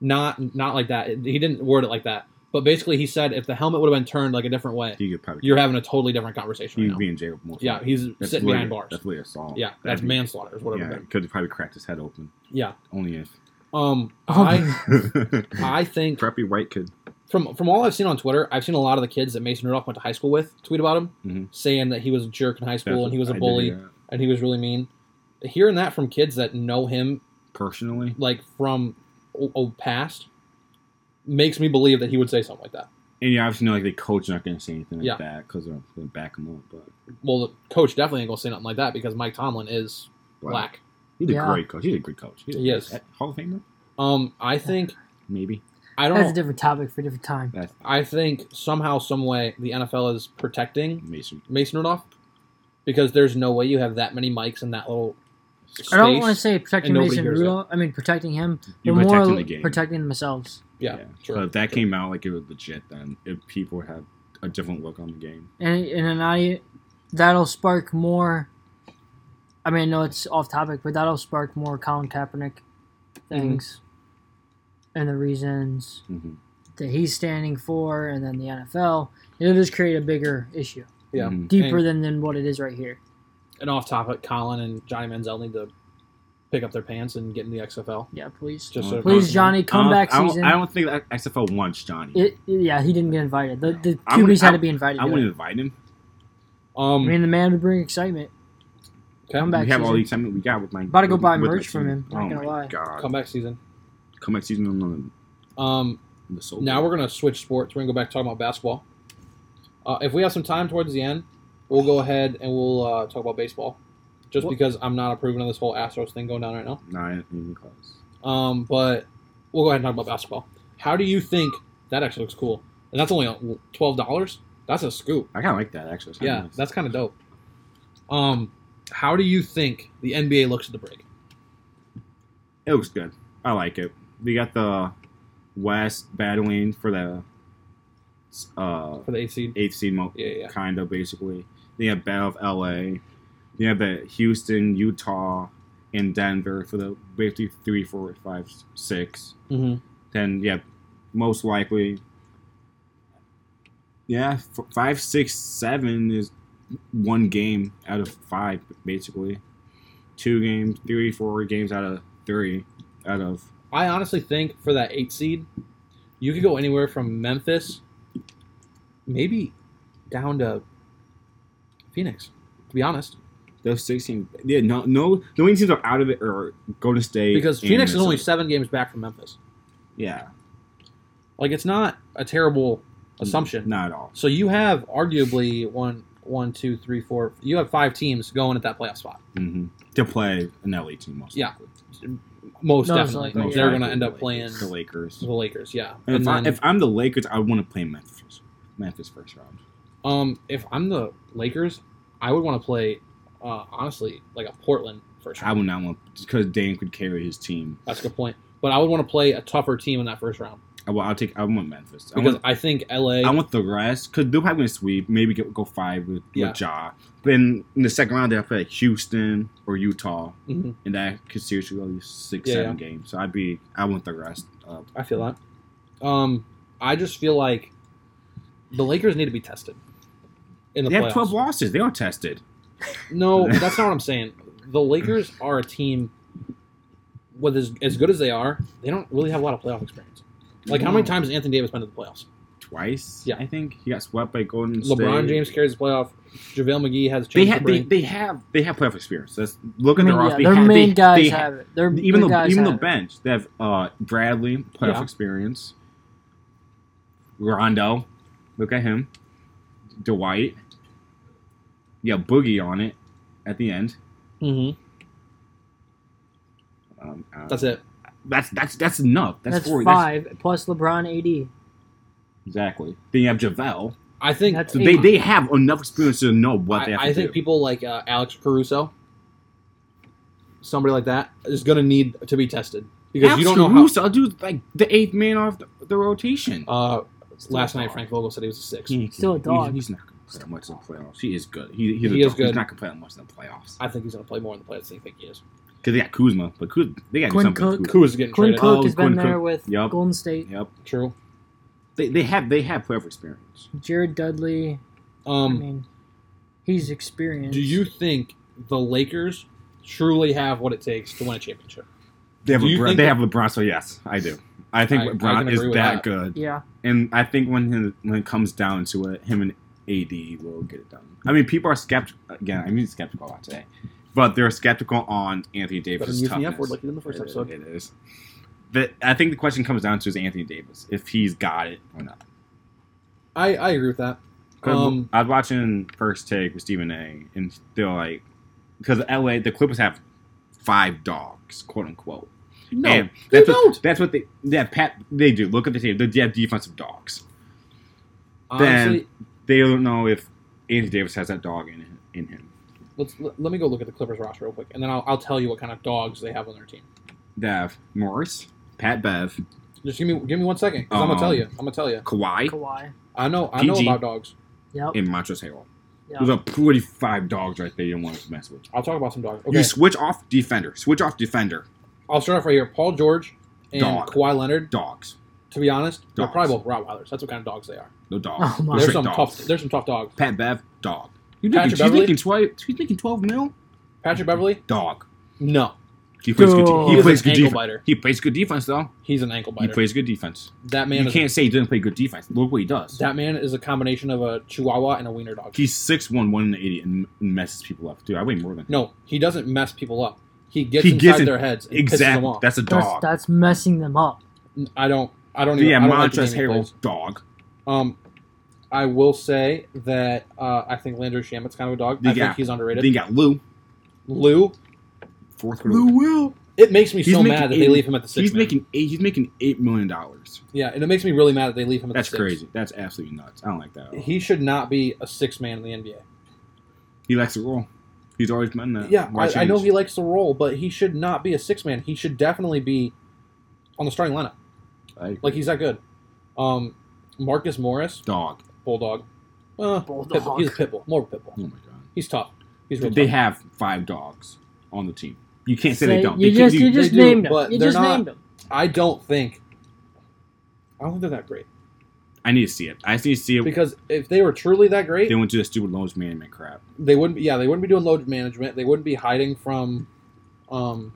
Speaker 1: Not not like that. He didn't word it like that. But basically, he said if the helmet would have been turned like a different way,
Speaker 3: You could probably
Speaker 1: you're having a totally different conversation
Speaker 3: he'd
Speaker 1: right now.
Speaker 3: be in jail. More
Speaker 1: Yeah, he's
Speaker 3: That's
Speaker 1: sitting
Speaker 3: really-
Speaker 1: behind bars.
Speaker 3: That's really assault.
Speaker 1: yeah, that's
Speaker 3: That'd be-
Speaker 1: manslaughter is what it would
Speaker 3: Yeah,
Speaker 1: have been.
Speaker 3: could have probably cracked his head open.
Speaker 1: Yeah.
Speaker 3: Only if
Speaker 1: Um,
Speaker 2: Oh,
Speaker 1: I I think
Speaker 3: preppy white kid.
Speaker 1: from from all I've seen on Twitter, I've seen a lot of the kids that Mason Rudolph went to high school with tweet about him,
Speaker 3: Mhm.
Speaker 1: saying that he was a jerk in high school
Speaker 3: That's-
Speaker 1: and he was a
Speaker 3: I did uh,
Speaker 1: bully
Speaker 3: that.
Speaker 1: and he was really mean. Hearing that from kids that know him
Speaker 3: personally.
Speaker 1: like from o- o- past makes me believe that he would say something like that.
Speaker 3: And you obviously know like the coach not going to say anything like
Speaker 1: Yeah.
Speaker 3: that because they're going to back him up. But
Speaker 1: Well, the coach definitely ain't gonna say nothing like that because Mike Tomlin is
Speaker 3: Wow.
Speaker 1: black.
Speaker 3: he's a
Speaker 2: Yeah.
Speaker 3: great coach. He's a great coach. He's a
Speaker 1: He is.
Speaker 3: great- Hall of Famer,
Speaker 1: Um, I think
Speaker 3: maybe.
Speaker 1: I don't.
Speaker 2: That's a
Speaker 1: know-
Speaker 2: different topic for a different time.
Speaker 3: That's
Speaker 1: I think somehow, some way, the NFL is protecting
Speaker 3: Mason.
Speaker 1: Mason Rudolph because there's no way you have that many mics in that little. Space.
Speaker 2: I don't want to say protecting
Speaker 1: and nobody
Speaker 2: Mason
Speaker 1: hears it.
Speaker 2: Rudolph. I mean, protecting him,
Speaker 3: You're
Speaker 2: but more
Speaker 3: protecting the
Speaker 2: protecting,
Speaker 3: game.
Speaker 2: themselves.
Speaker 1: Yeah, sure.
Speaker 3: But if that came out like it was legit, then if people had a different look on the game,
Speaker 2: and and then I that'll spark more I mean, I know it's off topic, but that'll spark more Colin Kaepernick things and the reasons
Speaker 3: Mhm.
Speaker 2: that he's standing for, and then the NFL. It'll just create a bigger issue,
Speaker 1: Yeah.
Speaker 3: Mhm.
Speaker 2: deeper
Speaker 1: And-
Speaker 2: than, than what it is right here.
Speaker 1: And off topic, Colin and Johnny Manziel need to pick up their pants and get in the XFL.
Speaker 2: Yeah, please,
Speaker 1: Just so
Speaker 2: please, Johnny, come
Speaker 3: Uh, I don't-
Speaker 2: back
Speaker 3: Um, I don't,
Speaker 2: season.
Speaker 3: I don't think that XFL wants Johnny.
Speaker 2: It, yeah, he didn't get invited. The, the
Speaker 3: I wouldn't-
Speaker 2: QBs had
Speaker 3: I-
Speaker 2: to be invited.
Speaker 3: I
Speaker 2: to it.
Speaker 3: wouldn't invite him.
Speaker 2: I
Speaker 1: Um,
Speaker 2: mean, the man would bring excitement.
Speaker 1: okay.
Speaker 2: Come back
Speaker 3: we have all the
Speaker 2: season.
Speaker 3: excitement we got with my.
Speaker 2: About to go
Speaker 3: with-
Speaker 2: buy
Speaker 3: with my
Speaker 2: merch from
Speaker 3: team.
Speaker 2: him, not
Speaker 3: oh
Speaker 2: gonna
Speaker 3: my
Speaker 2: lie.
Speaker 3: god! Come,
Speaker 1: comeback season.
Speaker 3: back season on the, on
Speaker 1: Um,
Speaker 3: the soul.
Speaker 1: now we're gonna switch sports. We're gonna go back to talking about basketball. Uh, if we have some time towards the end, we'll go ahead and we'll uh, talk about baseball. Just
Speaker 2: What-
Speaker 1: because I'm not approving of this whole Astros thing going down right now.
Speaker 3: Nah, I ain't even close.
Speaker 1: Um, but we'll go ahead and talk about basketball. How do you think that actually looks cool? And that's only uh, twelve dollars. That's a scoop.
Speaker 3: I kind of like that actually. It's kinda
Speaker 1: Yeah,
Speaker 3: nice.
Speaker 1: that's kind of dope. Um, how do you think the NBA looks at the break?
Speaker 3: it looks good. I like it. We got the West battling for the uh,
Speaker 1: for the eighth seed.
Speaker 3: eighth seed, mo-
Speaker 1: Yeah, yeah.
Speaker 3: kind of basically. Then you have Battle of LA. You have the Houston, Utah, and Denver for the basically three, four, five, six.
Speaker 1: Mm-hmm.
Speaker 3: Then yeah, most likely. Yeah, f- five, six, seven is one game out of five, basically. Two games, three, four games out of three, out of
Speaker 1: I honestly think for that eight seed, you could go anywhere from Memphis, maybe down to Phoenix. To be honest,
Speaker 3: those sixteen. Yeah, no, no, the only teams that are out of it are Golden State
Speaker 1: because
Speaker 3: and
Speaker 1: Phoenix is only
Speaker 3: Minnesota.
Speaker 1: seven games back from Memphis.
Speaker 3: Yeah,
Speaker 1: Like it's not a terrible
Speaker 3: Mm-hmm.
Speaker 1: assumption.
Speaker 3: not at all.
Speaker 1: So you have arguably one, one, two, three, four. You have five teams going at that playoff spot.
Speaker 3: hmm To play an LA team, most
Speaker 1: Yeah.
Speaker 3: likely.
Speaker 1: Most
Speaker 2: No, it's
Speaker 1: definitely,
Speaker 2: like-
Speaker 3: Most
Speaker 1: they're
Speaker 3: likely
Speaker 1: going to end
Speaker 3: the
Speaker 1: up playing
Speaker 3: Lakers. the
Speaker 1: the Lakers.
Speaker 3: Lakers.
Speaker 1: Yeah,
Speaker 3: And if,
Speaker 1: then-
Speaker 3: I, if I'm the Lakers, I want to play Memphis. Memphis first round.
Speaker 1: Um, if I'm the Lakers, I would want to play, uh, honestly, like a Portland first
Speaker 3: I
Speaker 1: round.
Speaker 3: would not want because Dan could carry his team.
Speaker 1: That's a good point. But I would want to play a tougher team in that first round
Speaker 3: I, will I'll take. I want Memphis. I
Speaker 1: because
Speaker 3: want,
Speaker 1: I, think LA.
Speaker 3: I want the rest because they're probably gonna sweep. Maybe get, go five with,
Speaker 1: Yeah.
Speaker 3: with Ja. Then in the second round, they have to play Houston or Utah,
Speaker 1: Mhm,
Speaker 3: and that could seriously go six,
Speaker 1: Yeah,
Speaker 3: seven games. So I'd be. I want the rest. Of,
Speaker 1: I feel that. Um, I just feel like the Lakers need to be tested in the
Speaker 3: they
Speaker 1: playoffs.
Speaker 3: have twelve losses. They are tested.
Speaker 1: No, that's not what I'm saying. The Lakers are a team with as, as good as they are. They don't really have a lot of playoff experience. Like how many
Speaker 3: No.
Speaker 1: times has Anthony Davis been to the playoffs?
Speaker 3: Twice.
Speaker 1: Yeah.
Speaker 3: I think he got swept by Golden
Speaker 1: LeBron
Speaker 3: State.
Speaker 1: James carries the playoff. JaVale McGee has
Speaker 3: They
Speaker 1: changed the
Speaker 3: have, they,
Speaker 1: brain.
Speaker 3: they have they have playoff experience. That's look
Speaker 2: I
Speaker 3: at
Speaker 2: mean,
Speaker 3: their
Speaker 2: yeah,
Speaker 3: roster. They
Speaker 2: their
Speaker 3: have-
Speaker 2: main
Speaker 3: they-
Speaker 2: guys
Speaker 3: they
Speaker 2: have it. Their
Speaker 3: even
Speaker 2: their
Speaker 3: the
Speaker 2: guys
Speaker 3: even the
Speaker 2: have it.
Speaker 3: bench. They have uh, Bradley playoff
Speaker 1: Yeah.
Speaker 3: experience. Rondo, look at him. Dwight, yeah, Boogie on it at the end.
Speaker 1: hmm
Speaker 3: Um, uh,
Speaker 1: That's it.
Speaker 3: That's that's that's enough. That's,
Speaker 2: That's,
Speaker 3: four.
Speaker 2: five plus LeBron AD.
Speaker 3: That's, exactly. Then you have Javale.
Speaker 1: I think
Speaker 2: That's
Speaker 3: So
Speaker 2: eight.
Speaker 3: they, they have enough experience to know what they have
Speaker 1: I,
Speaker 3: to
Speaker 1: I think
Speaker 3: do.
Speaker 1: people like uh, Alex Caruso, somebody like that, is going to need to be tested because
Speaker 3: Alex
Speaker 1: you don't know
Speaker 3: Caruso, dude, like the eighth man off the, the rotation.
Speaker 1: how. Uh,
Speaker 3: Still
Speaker 1: last night,
Speaker 3: hard.
Speaker 1: Frank Vogel said he was a six.
Speaker 3: He-
Speaker 2: Still a
Speaker 3: he's-
Speaker 2: dog.
Speaker 3: He's, not going to play much in the playoffs. He is good. He, he's
Speaker 1: He
Speaker 3: a
Speaker 1: is
Speaker 3: dog.
Speaker 1: good.
Speaker 3: He's not going to play much in the playoffs.
Speaker 1: I think he's going to play more in the playoffs than you think he is.
Speaker 3: Because they got Kuzma, but Kuz, they got to do
Speaker 2: Quinn
Speaker 3: something. with
Speaker 2: Cook.
Speaker 3: Kuzma.
Speaker 1: Kuz is getting
Speaker 2: Quinn
Speaker 1: traded.
Speaker 2: Cook
Speaker 3: Oh,
Speaker 2: has been
Speaker 3: Quinn
Speaker 2: there
Speaker 3: Cook.
Speaker 2: with
Speaker 3: Yup.
Speaker 2: Golden State.
Speaker 3: Yep.
Speaker 1: True.
Speaker 3: They, they have they have playoff experience.
Speaker 2: Jared Dudley. I
Speaker 1: Um,
Speaker 2: mean, he's experienced.
Speaker 1: do you think the Lakers truly have what it takes to win a championship?
Speaker 3: They have
Speaker 1: Do you
Speaker 3: LeBron.
Speaker 1: think
Speaker 3: They
Speaker 1: that-
Speaker 3: have LeBron. So yes, I do. I think
Speaker 1: I- I can
Speaker 3: LeBron is
Speaker 1: agree
Speaker 3: that,
Speaker 1: with that.
Speaker 3: good,
Speaker 2: Yeah.
Speaker 3: and I think when his, when it comes down to it, him and AD will get it done. I mean, people are skeptical again. I mean, skeptical a lot today, but they're skeptical on Anthony
Speaker 1: Better use
Speaker 3: Davis'
Speaker 1: the F
Speaker 3: toughness.
Speaker 1: word like you did in the first
Speaker 3: It-
Speaker 1: episode.
Speaker 3: It is. But I think the question comes down to is Anthony Davis if he's got it or not.
Speaker 1: I, I agree with that.
Speaker 3: 'Cause
Speaker 1: Um,
Speaker 3: I was watching First Take with Stephen A. and they're like, because LA the Clippers have five dogs, quote unquote.
Speaker 1: No,
Speaker 3: And
Speaker 1: they
Speaker 3: that's
Speaker 1: don't.
Speaker 3: What, that's what they that Pat they do. Look at the team. They have defensive dogs.
Speaker 1: Um, Honestly,
Speaker 3: They don't know if Anthony Davis has that dog in in him.
Speaker 1: let's let, let me go look at the Clippers roster real quick, and then I'll, I'll tell you what kind of dogs they have on their team.
Speaker 3: They have Morris, Pat Bev,
Speaker 1: Just give me give me one second, because I'm gonna
Speaker 3: Um,
Speaker 1: tell you. I'm gonna tell you.
Speaker 3: Kawhi,
Speaker 2: Kawhi.
Speaker 1: I know I know
Speaker 3: PG.
Speaker 1: about dogs.
Speaker 2: Yep.
Speaker 3: and Montrezl Harrell.
Speaker 2: Yeah.
Speaker 3: Those are pretty five dogs right there you don't want to mess with.
Speaker 1: I'll talk about some dogs.
Speaker 3: You
Speaker 1: Okay,
Speaker 3: switch off defender. Switch off defender.
Speaker 1: I'll start off right here. Paul George and
Speaker 3: Dog.
Speaker 1: Kawhi Leonard.
Speaker 3: Dogs.
Speaker 1: To be honest, they're
Speaker 3: Dogs.
Speaker 1: probably both Rottweilers. That's what kind of dogs they are.
Speaker 3: No dogs.
Speaker 2: Oh my.
Speaker 3: They're
Speaker 1: There's
Speaker 2: Straight
Speaker 1: some
Speaker 3: dogs.
Speaker 1: tough. There's some tough dogs.
Speaker 3: Pat Bev. Dog. You
Speaker 1: Patrick
Speaker 3: thinking, she's
Speaker 1: Beverley?
Speaker 3: thinking twelve? She's thinking twelve mil?
Speaker 1: Patrick Beverly?
Speaker 3: Dog.
Speaker 1: No,
Speaker 3: He plays good.
Speaker 2: Dog.
Speaker 3: He
Speaker 1: He's
Speaker 3: plays
Speaker 1: an
Speaker 3: good
Speaker 1: ankle
Speaker 3: defense.
Speaker 1: biter.
Speaker 3: He plays good defense though.
Speaker 1: he's an ankle
Speaker 3: He
Speaker 1: biter.
Speaker 3: plays good defense.
Speaker 1: that man.
Speaker 3: You
Speaker 1: Is,
Speaker 3: can't say he didn't play good defense. Look what he does.
Speaker 1: that man is a combination of a Chihuahua and a wiener dog.
Speaker 3: He's 6'1", 180, and messes people up. Dude, I weigh more than
Speaker 1: no, he doesn't mess people up. He gets
Speaker 3: He
Speaker 1: inside
Speaker 3: gets in-
Speaker 1: their heads and pisses them
Speaker 3: Exactly.
Speaker 1: off.
Speaker 3: That's a
Speaker 2: That's,
Speaker 3: dog.
Speaker 2: that's messing them up.
Speaker 1: I don't. I don't even.
Speaker 3: yeah,
Speaker 1: I don't like the
Speaker 3: Montrezl
Speaker 1: game he plays.
Speaker 3: Harrell's dog.
Speaker 1: Um, I will say that uh, I think Landry Shamit's kind of a dog. I
Speaker 3: Yeah.
Speaker 1: think he's underrated.
Speaker 3: Then you got Lou.
Speaker 1: Lou,
Speaker 3: Fourth quarter.
Speaker 2: Lou Will.
Speaker 1: it makes me
Speaker 3: He's
Speaker 1: so
Speaker 3: making
Speaker 1: mad that they
Speaker 3: eight-
Speaker 1: leave him at the six.
Speaker 3: He's
Speaker 1: man.
Speaker 3: making eight. He's making eight million dollars.
Speaker 1: yeah, and it makes me really mad that they leave him at
Speaker 3: That's
Speaker 1: the six.
Speaker 3: crazy. That's absolutely nuts. I don't like that. At all. He,
Speaker 1: He should not be a six man in the NBA.
Speaker 3: likes the role. He's always been that.
Speaker 1: yeah,
Speaker 3: Why
Speaker 1: I, I know
Speaker 3: change?
Speaker 1: he likes the role, but he should not be a six man. He should definitely be on the starting lineup.
Speaker 3: I-
Speaker 1: Like he's that good. Um, Marcus Morris,
Speaker 3: dog.
Speaker 1: bulldog. Uh,
Speaker 2: Bulldog.
Speaker 1: pit bull. He's a pit bull. More of a pit bull.
Speaker 3: Oh my god.
Speaker 1: He's tough. He's real
Speaker 3: They
Speaker 1: tough.
Speaker 3: have five dogs on the team. You can't say, they don't.
Speaker 2: You
Speaker 3: They
Speaker 2: just,
Speaker 3: can't-
Speaker 2: you
Speaker 3: you-
Speaker 2: just
Speaker 1: they do,
Speaker 2: named
Speaker 1: but
Speaker 2: him. You
Speaker 1: they're
Speaker 2: just
Speaker 1: not-
Speaker 2: named him.
Speaker 1: I don't think. I don't think they're that great.
Speaker 3: I need to see it. I just need to see it.
Speaker 1: Because if they were truly that great,
Speaker 3: they went to the stupid loans management crap.
Speaker 1: they wouldn't. Be, yeah, they wouldn't be doing load management. They wouldn't be hiding from, um,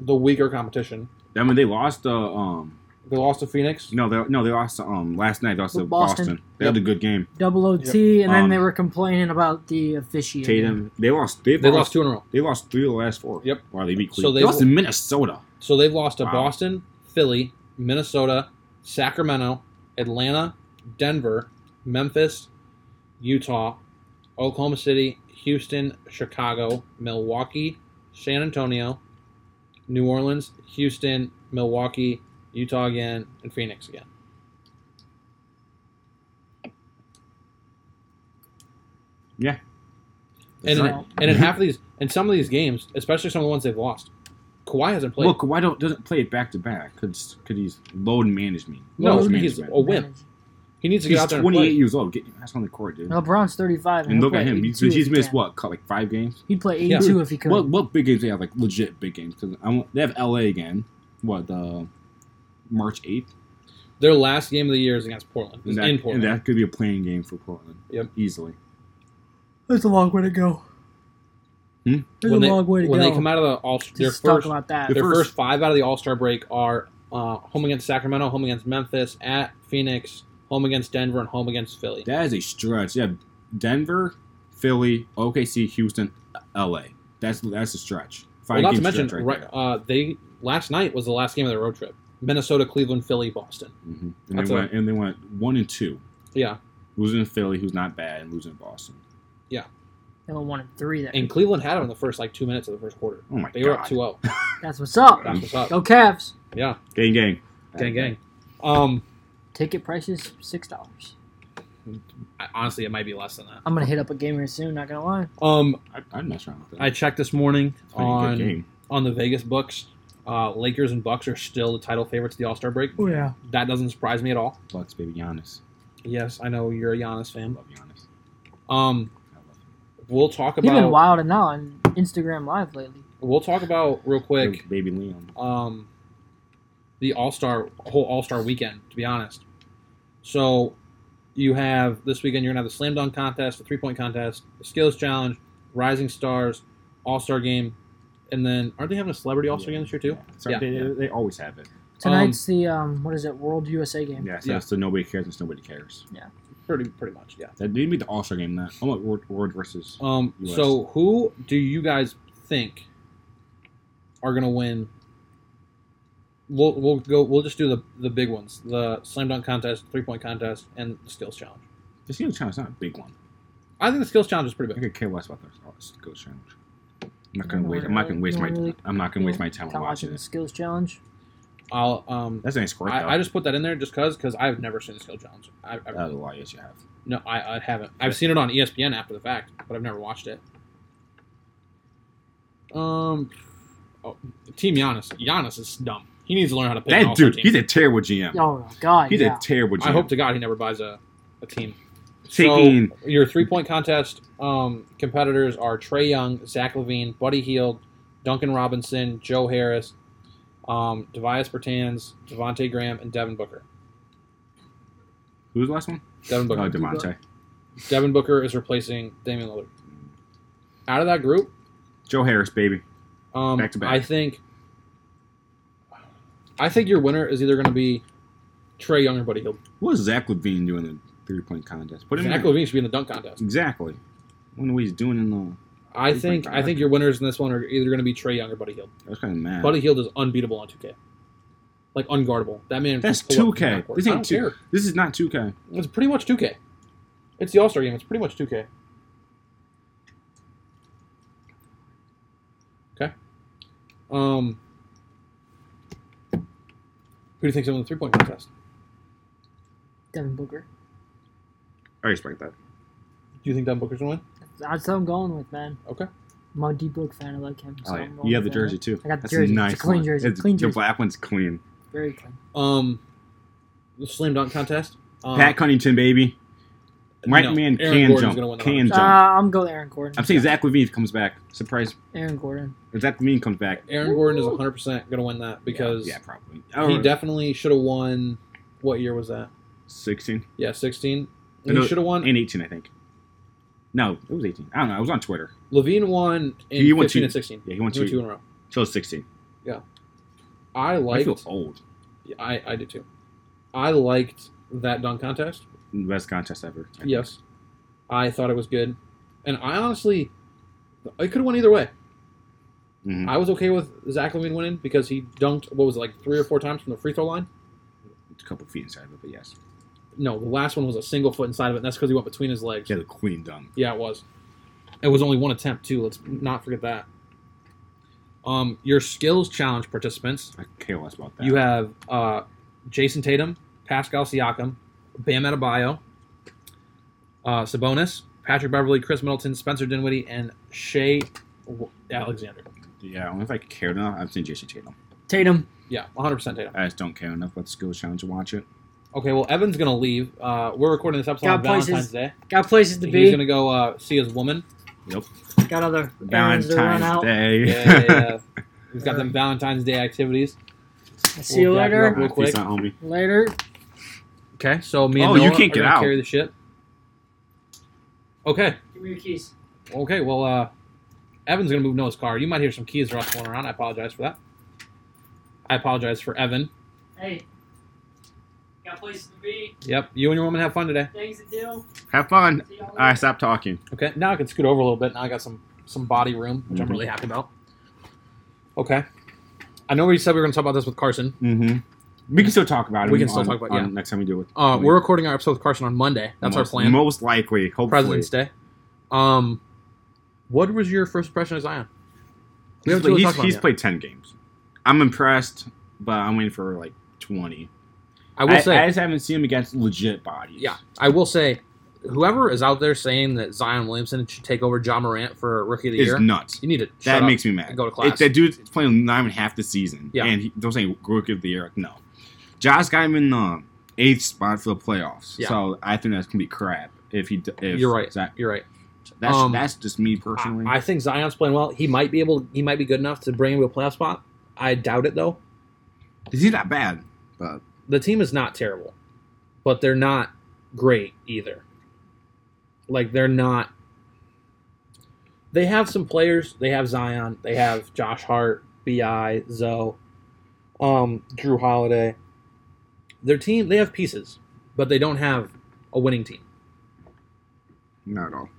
Speaker 1: the weaker competition.
Speaker 3: I mean, they lost the um.
Speaker 1: They lost to Phoenix.
Speaker 3: No, they no they lost to, um last night. They lost to
Speaker 2: With Boston.
Speaker 3: Boston. They had
Speaker 1: Yep.
Speaker 3: a good game.
Speaker 2: Double OT, and then
Speaker 3: Um,
Speaker 2: they were complaining about the officiating.
Speaker 3: Tatum. They lost. They,
Speaker 1: They lost two in a row.
Speaker 3: They lost three of the last four.
Speaker 1: Yep.
Speaker 3: Wow, they beat
Speaker 1: So
Speaker 3: Cleveland.
Speaker 1: they-
Speaker 3: they, lost to Minnesota.
Speaker 1: So they've lost to
Speaker 3: Wow.
Speaker 1: Boston, Philly, Minnesota, Sacramento, Atlanta, Denver, Memphis, Utah, Oklahoma City, Houston, Chicago, Milwaukee, San Antonio, New Orleans, Houston, Milwaukee, Utah again, and Phoenix again.
Speaker 3: Yeah.
Speaker 1: And
Speaker 2: That's
Speaker 1: in,
Speaker 2: right.
Speaker 3: Mhm.
Speaker 1: and in half of these, in some of these games, especially some of the ones they've lost, Kawhi hasn't played.
Speaker 3: Look, why don't doesn't play it back to back? Because he's load management.
Speaker 1: No,
Speaker 3: load
Speaker 1: he's a wimp. He needs to get
Speaker 3: He's
Speaker 1: out there and
Speaker 3: 28
Speaker 1: play.
Speaker 3: years old. Get your ass on the court, dude.
Speaker 2: Now, LeBron's 35.
Speaker 3: and
Speaker 2: he'll
Speaker 3: look at
Speaker 2: play
Speaker 3: him.
Speaker 2: 82
Speaker 3: He's,
Speaker 2: if
Speaker 3: he's
Speaker 2: he
Speaker 3: missed
Speaker 2: can.
Speaker 3: what? cut, Like five games.
Speaker 2: He'd play
Speaker 1: Yeah.
Speaker 2: 82 if he could.
Speaker 3: What what big games they have? Like legit big games. Because I want, they have LA again. What the March 8th?
Speaker 1: Their last game of the year is against Portland. It's
Speaker 3: And that,
Speaker 1: in
Speaker 3: and
Speaker 1: Portland.
Speaker 3: that could be a playing game for Portland.
Speaker 1: Yep.
Speaker 3: easily.
Speaker 2: That's a long way to go.
Speaker 3: Hmm?
Speaker 2: There's
Speaker 1: when
Speaker 2: a
Speaker 1: they,
Speaker 2: long way to
Speaker 1: when
Speaker 2: go.
Speaker 1: they come out of the all their
Speaker 2: Just talk
Speaker 1: first
Speaker 2: about that.
Speaker 1: their
Speaker 3: first-
Speaker 1: first five out of the All Star break are uh, home against Sacramento, home against Memphis, at Phoenix, home against Denver, and home against Philly.
Speaker 3: That is a stretch. Yeah, Denver, Philly, OKC, Houston, LA. That's that's a stretch.
Speaker 1: Well, not to
Speaker 3: game
Speaker 1: mention,
Speaker 3: stretch
Speaker 1: right,
Speaker 3: there.
Speaker 1: uh, they last night was the last game of their road trip: Minnesota, Cleveland, Philly, Boston.
Speaker 3: Mhm. And
Speaker 1: That's
Speaker 3: they
Speaker 1: a-
Speaker 3: went and they went one and two,
Speaker 1: Yeah,
Speaker 3: losing to Philly, who's not bad, and losing to Boston.
Speaker 2: They were one and three there.
Speaker 1: and Cleveland had them in the first like two minutes of the first quarter.
Speaker 3: Oh my
Speaker 1: They
Speaker 3: god!
Speaker 1: were up 2-0.
Speaker 2: That's what's up.
Speaker 1: That's what's up.
Speaker 2: Go Cavs.
Speaker 1: Yeah,
Speaker 3: gang, gang,
Speaker 1: gang, gang. Um,
Speaker 2: Ticket prices six dollars.
Speaker 1: I- honestly, it might be less than that.
Speaker 2: I'm gonna hit up a gamer soon. Not gonna lie.
Speaker 1: Um,
Speaker 3: I, I'm not trying with that.
Speaker 1: I checked this morning
Speaker 3: It's been a good
Speaker 1: on
Speaker 3: game.
Speaker 1: on the Vegas books. Uh, Lakers and Bucks are still the title favorites at the All Star break.
Speaker 2: Oh yeah.
Speaker 1: That doesn't surprise me at all.
Speaker 3: Bucks, baby, Giannis.
Speaker 1: Yes, I know you're a Giannis
Speaker 3: I
Speaker 1: fan.
Speaker 3: love Giannis.
Speaker 1: Um,
Speaker 3: I love him.
Speaker 1: we'll talk
Speaker 2: He's been
Speaker 1: about
Speaker 2: wilding out on Instagram Live lately.
Speaker 1: we'll talk about real quick.
Speaker 3: baby Liam.
Speaker 1: Um, the All Star whole All Star weekend. To be honest, so you have this weekend. You're gonna have the slam dunk contest, the three point contest, the skills challenge, rising stars, All Star game, and then aren't they having a celebrity All Star game this year too?
Speaker 3: Sorry,
Speaker 1: Yeah.
Speaker 3: They, they always have it.
Speaker 2: Tonight's the um what is it World USA game?
Speaker 3: Yeah, so,
Speaker 1: Yeah.
Speaker 3: so nobody cares, and nobody cares.
Speaker 1: Pretty pretty much, yeah.
Speaker 3: That didn't be the All Star game. That I'm like Ward, Ward versus
Speaker 1: Um,
Speaker 3: US.
Speaker 1: so who do you guys think are gonna win? We'll, we'll go. We'll just do the the big ones: the slam dunk contest, three point contest, and the skills challenge.
Speaker 3: the Skills Challenge. is Not a big one.
Speaker 1: I think the skills challenge is pretty
Speaker 3: I
Speaker 1: big.
Speaker 3: could care less about the Skills Challenge. I'm not gonna
Speaker 2: You
Speaker 3: wait.
Speaker 2: wanna
Speaker 3: I'm not gonna
Speaker 2: really-
Speaker 3: waste
Speaker 2: you
Speaker 3: my.
Speaker 2: wanna really-
Speaker 3: I'm not gonna waste my time
Speaker 2: Kinda watching
Speaker 3: watching
Speaker 2: the
Speaker 3: this.
Speaker 2: skills challenge.
Speaker 1: I'll um,
Speaker 3: That's a nice score. though.
Speaker 1: I, I just put that in there just cause, cause I've never seen the skill challenge. I, I
Speaker 3: That's a lot. Yes, you have.
Speaker 1: no, I, I haven't. I've seen it on E ESPN after the fact, but I've never watched it. Um, oh, Team Giannis. Giannis is dumb. He needs to learn how to pick. an
Speaker 3: That
Speaker 1: all-star
Speaker 3: dude,
Speaker 1: team.
Speaker 3: he's a terrible GM.
Speaker 2: Oh my god.
Speaker 3: He's
Speaker 2: yeah.
Speaker 3: a terrible GM.
Speaker 1: I hope to God he never buys a, a team.
Speaker 3: Taking
Speaker 1: So your three point contest um, competitors are Trey Young, Zach Levine, Buddy Heald, Duncan Robinson, Joe Harris, um, Tobias Bertans, Devontae Graham, and Devin Booker.
Speaker 3: who was the last one?
Speaker 1: Devin
Speaker 3: Oh,
Speaker 1: Booker.
Speaker 3: Demonte.
Speaker 1: Devin Booker is replacing Damian Lillard. Out of that group,
Speaker 3: Joe Harris, baby.
Speaker 1: um,
Speaker 3: Back to back.
Speaker 1: I think I think your winner is either going to be Trey Young or Buddy Hield.
Speaker 3: What was Zach Levine doing in the three point contest? Put him
Speaker 1: Zach
Speaker 3: in.
Speaker 1: Levine should be in the dunk contest.
Speaker 3: Exactly. I wonder what he's doing in the.
Speaker 1: I
Speaker 3: Three-point
Speaker 1: think I
Speaker 3: contest.
Speaker 1: think your winners in this one are either going to be Trey Young or Buddy Hield.
Speaker 3: I was kind of mad.
Speaker 1: Buddy Hield is unbeatable on 2K. Like unguardable. That man.
Speaker 3: That's
Speaker 1: can pull up
Speaker 3: 2K.
Speaker 1: backwards.
Speaker 3: This
Speaker 1: I
Speaker 3: ain't
Speaker 1: don't
Speaker 3: 2K.
Speaker 1: care.
Speaker 3: this is not 2K.
Speaker 1: It's pretty much 2K. It's the All Star game. It's pretty much 2K. Okay. Um. Who do you think's in the three point contest?
Speaker 2: Devin Booker.
Speaker 3: I respect that.
Speaker 1: Do you think Devin Booker's gonna win?
Speaker 2: That's what I'm going with, man.
Speaker 1: Okay.
Speaker 2: I'm a deep Book fan. I like him.
Speaker 3: Oh,
Speaker 2: I'm
Speaker 3: yeah.
Speaker 2: going
Speaker 3: You have the
Speaker 2: with him.
Speaker 3: jersey too.
Speaker 2: I got the
Speaker 3: That's
Speaker 2: jersey.
Speaker 3: A
Speaker 2: It's a
Speaker 3: nice
Speaker 2: clean
Speaker 3: one.
Speaker 2: jersey. Clean
Speaker 3: The
Speaker 2: jersey.
Speaker 3: black one's clean.
Speaker 2: Very clean.
Speaker 1: Um. The slam dunk contest. Um,
Speaker 3: Pat Cunnington, baby. White
Speaker 1: no,
Speaker 3: man
Speaker 1: Aaron
Speaker 3: can
Speaker 1: Gordon's gonna win
Speaker 3: jump.
Speaker 1: the
Speaker 3: Can
Speaker 1: round.
Speaker 2: Uh,
Speaker 3: jump.
Speaker 2: I'm going Aaron Gordon.
Speaker 3: I'm saying Zach Levine comes back. Surprise.
Speaker 2: Aaron Gordon.
Speaker 3: If Zach Levine comes back.
Speaker 1: Aaron Gordon is 100 percent gonna win that because
Speaker 3: yeah, probably.
Speaker 1: he
Speaker 3: Oh,
Speaker 1: definitely should have won. What year was that?
Speaker 3: 16
Speaker 1: Yeah, 16.
Speaker 3: I know-
Speaker 1: He should have won.
Speaker 3: and 18, I think. No, it was 18. I don't know. I was on Twitter.
Speaker 1: Levine won in
Speaker 3: He won
Speaker 1: 15
Speaker 3: two-
Speaker 1: and 16.
Speaker 3: Yeah, he won
Speaker 1: He won two
Speaker 3: two
Speaker 1: in a row.
Speaker 3: till 16.
Speaker 1: I
Speaker 3: I
Speaker 1: liked.
Speaker 3: feel old.
Speaker 1: I, I did too. I liked that dunk contest.
Speaker 3: Best contest ever.
Speaker 1: Yes, I thought it was good, and I honestly, I could have went either way.
Speaker 3: Mhm.
Speaker 1: I was okay with Zach Levine winning because he dunked what was it, like three or four times from the free throw line.
Speaker 3: Mm-hmm. It's a couple feet inside of it, but yes.
Speaker 1: No, the last one was a single foot inside of it. and That's because he went between his legs.
Speaker 3: Yeah, the queen done.
Speaker 1: Yeah, it was. It was only one attempt too. Let's not forget that. Um, your skills challenge participants
Speaker 3: I care less about that.
Speaker 1: You have uh, Jason Tatum, Pascal Siakam, Bam Adebayo, uh, Sabonis, Patrick Beverly, Chris Middleton, Spencer Dinwiddie, and Shea W- Alexander.
Speaker 3: yeah, I don't know if I cared enough. I've seen Jason Tatum.
Speaker 2: Tatum.
Speaker 1: Yeah, 100% Tatum.
Speaker 3: I just don't care enough about the skills challenge to watch it.
Speaker 1: Okay, well, Evan's going to leave. Uh, we're recording this episode
Speaker 2: Got
Speaker 1: on Valentine's
Speaker 2: places
Speaker 1: Day.
Speaker 2: Got places to
Speaker 1: He's
Speaker 2: be.
Speaker 1: going to go uh, see his woman.
Speaker 3: Yep.
Speaker 2: Got other errands to run
Speaker 3: Valentine's
Speaker 2: out.
Speaker 3: Day.
Speaker 1: Yeah, yeah. He's got them Valentine's Day activities.
Speaker 2: See you
Speaker 1: We'll wrap it
Speaker 2: later.
Speaker 1: up. Real
Speaker 3: Peace
Speaker 1: quick.
Speaker 3: out, homie.
Speaker 2: Later.
Speaker 1: Okay, so me and
Speaker 3: Oh, you
Speaker 1: Noah
Speaker 3: can't
Speaker 1: are
Speaker 3: get
Speaker 1: gonna
Speaker 3: out.
Speaker 1: carry the ship. Okay,
Speaker 2: Give me your keys.
Speaker 1: okay. Well, uh, Evan's gonna move Noah's car. You might hear some keys rustling around. I apologize for that. I apologize for Evan.
Speaker 2: Hey. Got places to be.
Speaker 1: Yep, you and your woman have fun today.
Speaker 2: Things to do.
Speaker 3: Have fun.
Speaker 2: See y'all later.
Speaker 3: I stopped talking.
Speaker 1: Okay, now I can scoot over a little bit. Now I got some some body room,
Speaker 3: Mm-hmm.
Speaker 1: which I'm really happy about. Okay, I know we said we were gonna talk about this with Carson.
Speaker 3: Mm-hmm. We can still talk about it.
Speaker 1: We can still
Speaker 3: on-
Speaker 1: talk about it, yeah.
Speaker 3: on next time we do it.
Speaker 1: Uh, we're recording our episode with Carson on Monday. That's our
Speaker 3: Most-
Speaker 1: plan.
Speaker 3: Most likely, hopefully.
Speaker 1: President's Day. Um, what was your first impression of Zion? We
Speaker 3: He's,
Speaker 1: haven't really
Speaker 3: he's-
Speaker 1: talked about
Speaker 3: he's
Speaker 1: it yet.
Speaker 3: played ten games. I'm impressed, but I'm waiting for like twenty.
Speaker 1: I will say
Speaker 3: I just haven't seen him against legit bodies.
Speaker 1: Yeah, I will say, whoever is out there saying that Zion Williamson should take over John Morant for Rookie of the
Speaker 3: it's
Speaker 1: Year,
Speaker 3: nuts.
Speaker 1: you need to shut
Speaker 3: That
Speaker 1: up.
Speaker 3: makes me mad.
Speaker 1: and go to class.
Speaker 3: It, that dude's playing nine and a half this season.
Speaker 1: Yeah.
Speaker 3: And he, they're saying rookie of the year. No. Josh got him in the eighth spot for the playoffs.
Speaker 1: Yeah.
Speaker 3: So I think that's gonna be crap. If he, d- if
Speaker 1: You're right.
Speaker 3: That,
Speaker 1: You're right.
Speaker 3: that's
Speaker 1: Um,
Speaker 3: that's just me personally.
Speaker 1: I, I think Zion's playing well. He might be able. He might be good enough to bring him to a playoff spot. I doubt it though.
Speaker 3: he's not bad, but
Speaker 1: The team is not terrible, but they're not great either. Like they're not. They have some players. They have Zion. They have Josh Hart, Bi, Zoe, um, Drew Holiday. Their team. They have pieces, but they don't have a winning team.
Speaker 3: not at all.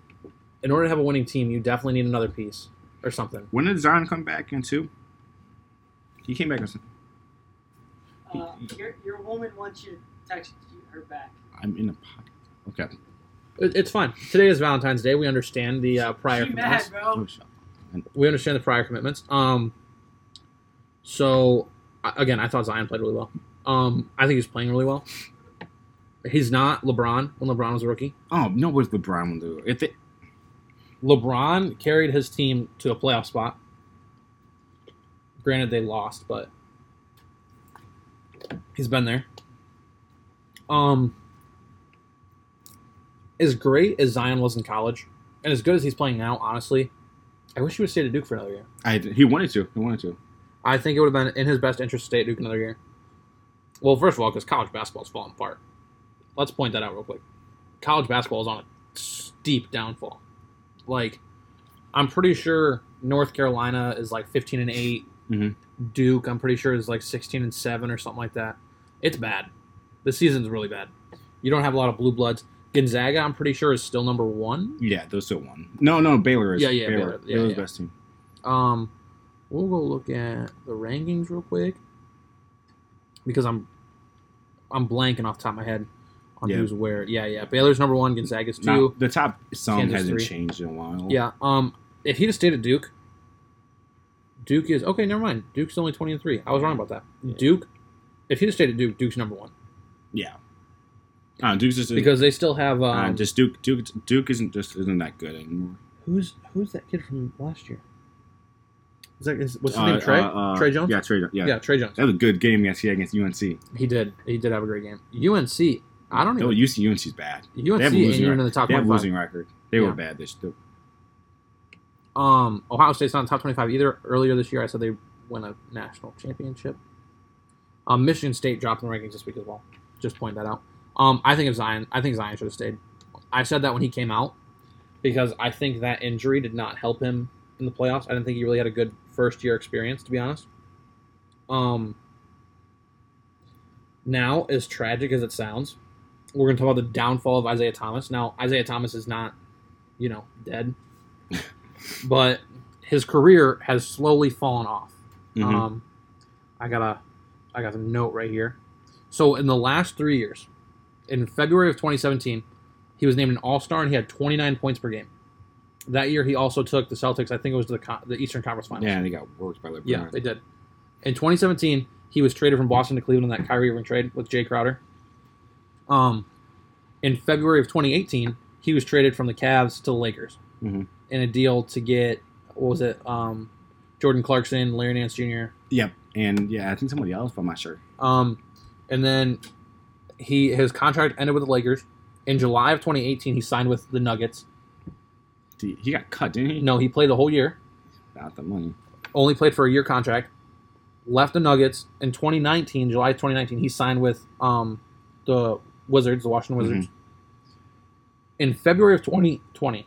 Speaker 1: in order to have a winning team, you definitely need another piece or something.
Speaker 3: When did Zion come back in two? He came back. in s-
Speaker 4: Uh, your, your woman wants you to text you- her back.
Speaker 3: I'm in a pocket. Okay.
Speaker 1: It- It's fine. Today is Valentine's Day. We understand the uh, prior
Speaker 4: she mad,
Speaker 1: commitments.
Speaker 4: bro.
Speaker 3: Oh, shut-
Speaker 1: We understand the prior commitments. Um, so I- again, I thought Zion played really well. Um, I think he's playing really well. He's not LeBron when LeBron was a rookie.
Speaker 3: Oh, no, what's LeBron will do? If they,
Speaker 1: LeBron carried his team to a playoff spot. Granted, they lost, but he's been there. Um, as great as Zion was in college, and as good as he's playing now, honestly, I wish he would stay at Duke for another year.
Speaker 3: I he wanted to. He wanted to.
Speaker 1: I think it would have been in his best interest to stay at Duke another year. Well, first of all, because college basketball's falling apart. Let's point that out real quick. College basketball is on a steep downfall. Like, I'm pretty sure North Carolina is like 15 and 8.
Speaker 3: Mhm.
Speaker 1: Duke, I'm pretty sure is like 16 and 7 or something like that. It's bad. The season's really bad. You don't have a lot of blue bloods. Gonzaga, I'm pretty sure, is still number one.
Speaker 3: Yeah, those still won. No, no, Baylor is.
Speaker 1: Yeah, yeah,
Speaker 3: Baylor.
Speaker 1: Baylor. Yeah,
Speaker 3: Baylor's
Speaker 1: yeah.
Speaker 3: best team.
Speaker 1: Um, we'll go look at the rankings real quick because I'm I'm blanking off the top of my head on
Speaker 3: Yeah.
Speaker 1: who's where. Yeah, yeah. Baylor's number one. Gonzaga's two.
Speaker 3: Now, the top some
Speaker 1: Kansas
Speaker 3: hasn't
Speaker 1: three.
Speaker 3: changed in a while.
Speaker 1: Yeah. Um, if he'd have stayed at Duke, Duke is okay. Never mind. Duke's only twenty and three. I was wrong about that.
Speaker 3: Yeah.
Speaker 1: Duke, if he'd have stayed at Duke, Duke's number one
Speaker 3: yeah. Uh, Duke's just
Speaker 1: because they still have
Speaker 3: uh,
Speaker 1: um,
Speaker 3: just Duke. Duke Duke isn't just isn't that good anymore.
Speaker 1: who's who's that kid from last year? Is that is, what's his
Speaker 3: Uh,
Speaker 1: name? Trey
Speaker 3: uh, uh,
Speaker 1: Trey Jones.
Speaker 3: Yeah, Trey. Jones, Yeah.
Speaker 1: yeah, Trey Jones.
Speaker 3: that was a good game yesterday against UNC.
Speaker 1: He did. He did have a great game. UNC. I don't
Speaker 3: Oh,
Speaker 1: even.
Speaker 3: UC UNC's bad.
Speaker 1: UNC
Speaker 3: have
Speaker 1: ain't
Speaker 3: a losing
Speaker 1: even in
Speaker 3: record.
Speaker 1: the top
Speaker 3: They have a
Speaker 1: twenty-five.
Speaker 3: losing record. They
Speaker 1: Yeah. Uh,
Speaker 3: were bad. This the,
Speaker 1: Um, Ohio State's not in the top twenty-five either. Earlier this year, I said they win a national championship. Um, Michigan State dropped in the rankings this week as well. Just point that out. Um, I think of Zion. I think Zion should have stayed. I said that when he came out because I think that injury did not help him in the playoffs. I didn't think he really had a good first-year experience, to be honest. Um, now, as tragic as it sounds, we're going to talk about the downfall of Isaiah Thomas. Now, Isaiah Thomas is not, you know, dead, but his career has slowly fallen off.
Speaker 3: Mhm.
Speaker 1: Um, I got a, I got a note right here. So in the last three years, in February of 2017, he was named an All Star and he had 29 points per game. That year, he also took the Celtics. I think it was to the con- the Eastern Conference Finals.
Speaker 3: yeah, they got worked by LeBron.
Speaker 1: Yeah, they did. In 2017, he was traded from Boston to Cleveland in that Kyrie Irving trade with Jay Crowder. Um, in February of 2018, he was traded from the Cavs to the Lakers
Speaker 3: Mhm.
Speaker 1: in a deal to get what was it? Um, Jordan Clarkson, Larry Nance Jr.
Speaker 3: Yep. And yeah, I think somebody else, but I'm not sure.
Speaker 1: Um, and then he his contract ended with the Lakers in July of 2018. He signed with the Nuggets.
Speaker 3: He he got cut, didn't he?
Speaker 1: No, he played the whole year.
Speaker 3: Not the money.
Speaker 1: only played for a year contract, left the Nuggets in 2019, July 2019. He signed with um, the Wizards, the Washington Wizards. In February of 2020,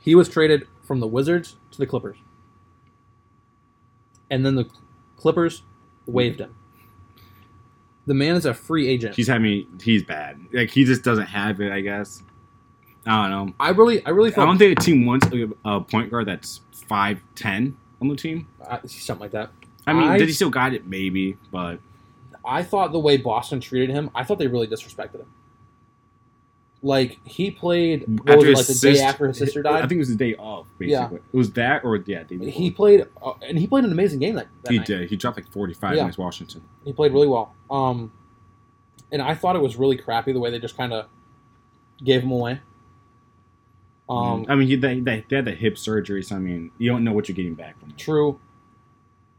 Speaker 1: he was traded from the Wizards to the Clippers, and then the Clippers waived him. The man is a free agent.
Speaker 3: He's having. He's bad. Like he just doesn't have it. I guess. I don't know.
Speaker 1: I really, I really
Speaker 3: I don't
Speaker 1: felt
Speaker 3: think a team wants a, a point guard that's five ten on the team.
Speaker 1: uh, something like that.
Speaker 3: I mean,
Speaker 1: I-
Speaker 3: did he still got it? Maybe, but
Speaker 1: I thought the way Boston treated him, I thought they really disrespected him. Like he played what was it, like the day
Speaker 3: sis-
Speaker 1: after his sister
Speaker 3: I
Speaker 1: died.
Speaker 3: think it was the day of.
Speaker 1: Yeah.
Speaker 3: Basically, it was that or yeah. Day before.
Speaker 1: He played uh, and he played an amazing game that, that
Speaker 3: he
Speaker 1: night.
Speaker 3: did. He dropped like forty five
Speaker 1: Yeah.
Speaker 3: against Washington.
Speaker 1: He played really well. Um, and I thought it was really crappy the way they just kind of gave him away. Um,
Speaker 3: I mean, he, they, they, they had the hip surgery, so I mean, you don't know what you're getting back from. it.
Speaker 1: True.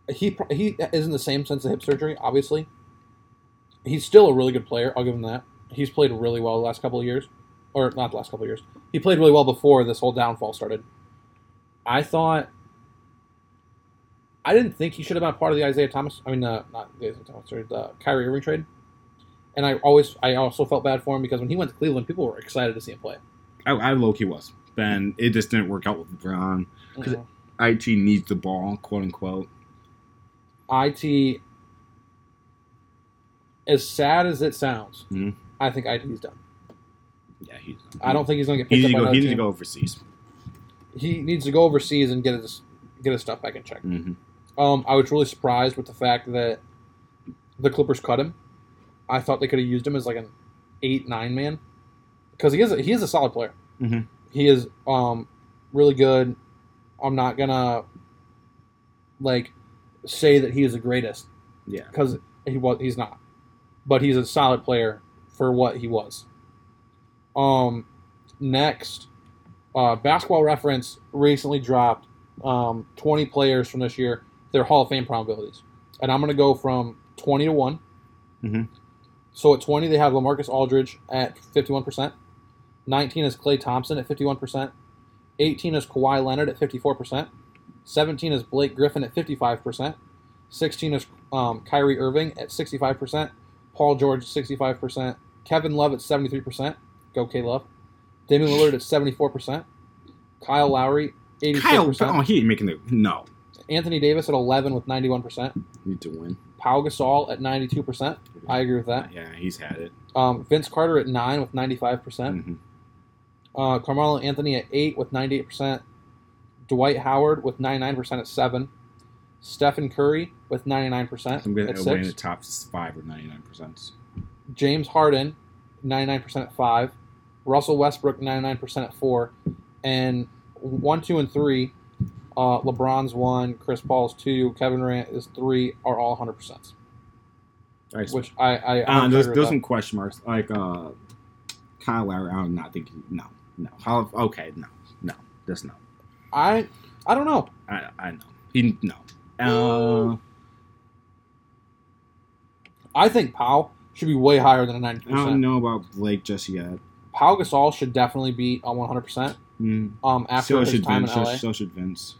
Speaker 1: He pro- he is in the same sense of hip surgery. Obviously, he's still a really good player. I'll give him that. He's played really well the last couple of years, or not the last couple of years. He played really well before this whole downfall started. I thought. I didn't think he should have been a part of the Isaiah Thomas. I mean, uh, not the Isaiah Thomas, sorry, the Kyrie Irving trade. And I always, I also felt bad for him because when he went to Cleveland, people were excited to see him play.
Speaker 3: I, I low key was. Then it just didn't work out with LeBron. 'Cause-
Speaker 1: Mhm.
Speaker 3: It needs the ball, quote unquote.
Speaker 1: IT, as sad as it sounds,
Speaker 3: Mhm.
Speaker 1: I think IT's done.
Speaker 3: Yeah, he's.
Speaker 1: I don't think he's going to get
Speaker 3: Mm-hmm. He
Speaker 1: picked
Speaker 3: needs
Speaker 1: up.
Speaker 3: to go.
Speaker 1: by
Speaker 3: He
Speaker 1: another
Speaker 3: needs to
Speaker 1: team.
Speaker 3: go overseas.
Speaker 1: He needs to go overseas and get his get his stuff back in check.
Speaker 3: Mm-hmm.
Speaker 1: Um, I was really surprised with the fact that the Clippers cut him. I thought they could have used him as like an eight nine man because he is a, he is a solid player.
Speaker 3: Mhm.
Speaker 1: He is um really good. I'm not gonna like say that he is the greatest
Speaker 3: Yeah.
Speaker 1: because he was he's not, but he's a solid player for what he was. Um, next, uh, Basketball Reference recently dropped um, 20 players from this year, their Hall of Fame probabilities, and I'm going to go from 20 to one.
Speaker 3: Mhm.
Speaker 1: So at 20, they have LaMarcus Aldridge at 51 percent. 19 is Clay Thompson at 51%. 18 is Kawhi Leonard at 54%. 17 is Blake Griffin at 55%. 16 is um, Kyrie Irving at 65%. Paul George at 65%. Kevin Love at 73%. Go K Love. Damian Lillard at 74%. Kyle Lowry, 86%.
Speaker 3: Kyle, oh, he ain't making the no.
Speaker 1: Anthony Davis at 11 with 91%.
Speaker 3: Need to win.
Speaker 1: Paul Gasol at 92%. I agree with that.
Speaker 3: Yeah, he's had it.
Speaker 1: Um, Vince Carter at 9 with 95%.
Speaker 3: Mhm.
Speaker 1: Uh, Carmelo Anthony at 8 with 98%. Dwight Howard with 99% at 7. Stephen Curry with 99%
Speaker 3: I'm gonna
Speaker 1: at
Speaker 3: win the
Speaker 1: 6.
Speaker 3: top five or ninety nine percent.
Speaker 1: James Harden, 99% at 5. Russell Westbrook, 99% at 4. And 1, 2, and 3, uh, LeBron's 1, Chris Paul's 2, Kevin Durant is 3, are all 100%.
Speaker 3: Nice.
Speaker 1: Which I. I
Speaker 3: Uh,
Speaker 1: I'm
Speaker 3: there's
Speaker 1: figured
Speaker 3: there's
Speaker 1: that.
Speaker 3: some question marks like uh, Kyle Lowry. I do not think he, no no. How, okay, no no. That's no.
Speaker 1: I, I don't know.
Speaker 3: I I know he no. Uh,
Speaker 1: I think Powell should be way higher than a 90%.
Speaker 3: I don't know about Blake just yet.
Speaker 1: Pau Gasol should definitely be on 100%
Speaker 3: Mm.
Speaker 1: um, after
Speaker 3: So
Speaker 1: his
Speaker 3: should
Speaker 1: time
Speaker 3: Vince.
Speaker 1: in
Speaker 3: So,
Speaker 1: LA.
Speaker 3: so should Vince.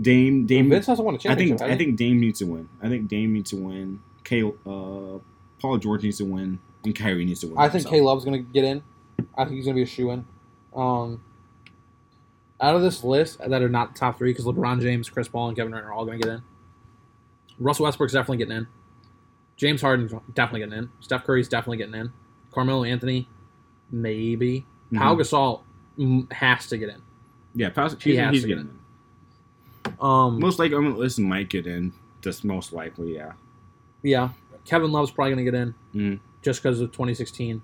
Speaker 3: Dame Dame.
Speaker 1: Vince hasn't won a
Speaker 3: I
Speaker 1: championship.
Speaker 3: think I think Dame needs to win. I think Dame needs to win. K. Uh, Paul George needs to win, and Kyrie needs to win.
Speaker 1: I think
Speaker 3: So,
Speaker 1: K Love's going to get in. I think he's going to be a shoe in. Um, out of this list that are not the top three, because LeBron James, Chris Paul, and Kevin Durant are all going to get in. Russell Westbrook's definitely getting in. James Harden's definitely getting in. Steph Curry's definitely getting in. Carmelo Anthony, maybe.
Speaker 3: mhm.
Speaker 1: Pau Gasol mm, has to get in.
Speaker 3: Yeah, Paul, he's,
Speaker 1: He has
Speaker 3: he's
Speaker 1: to
Speaker 3: getting
Speaker 1: get
Speaker 3: in.
Speaker 1: Um,
Speaker 3: Most likely, I mean, listen, might get in. Just most likely, yeah.
Speaker 1: Yeah, Kevin Love's probably going to get in
Speaker 3: Mm.
Speaker 1: just because of 2016.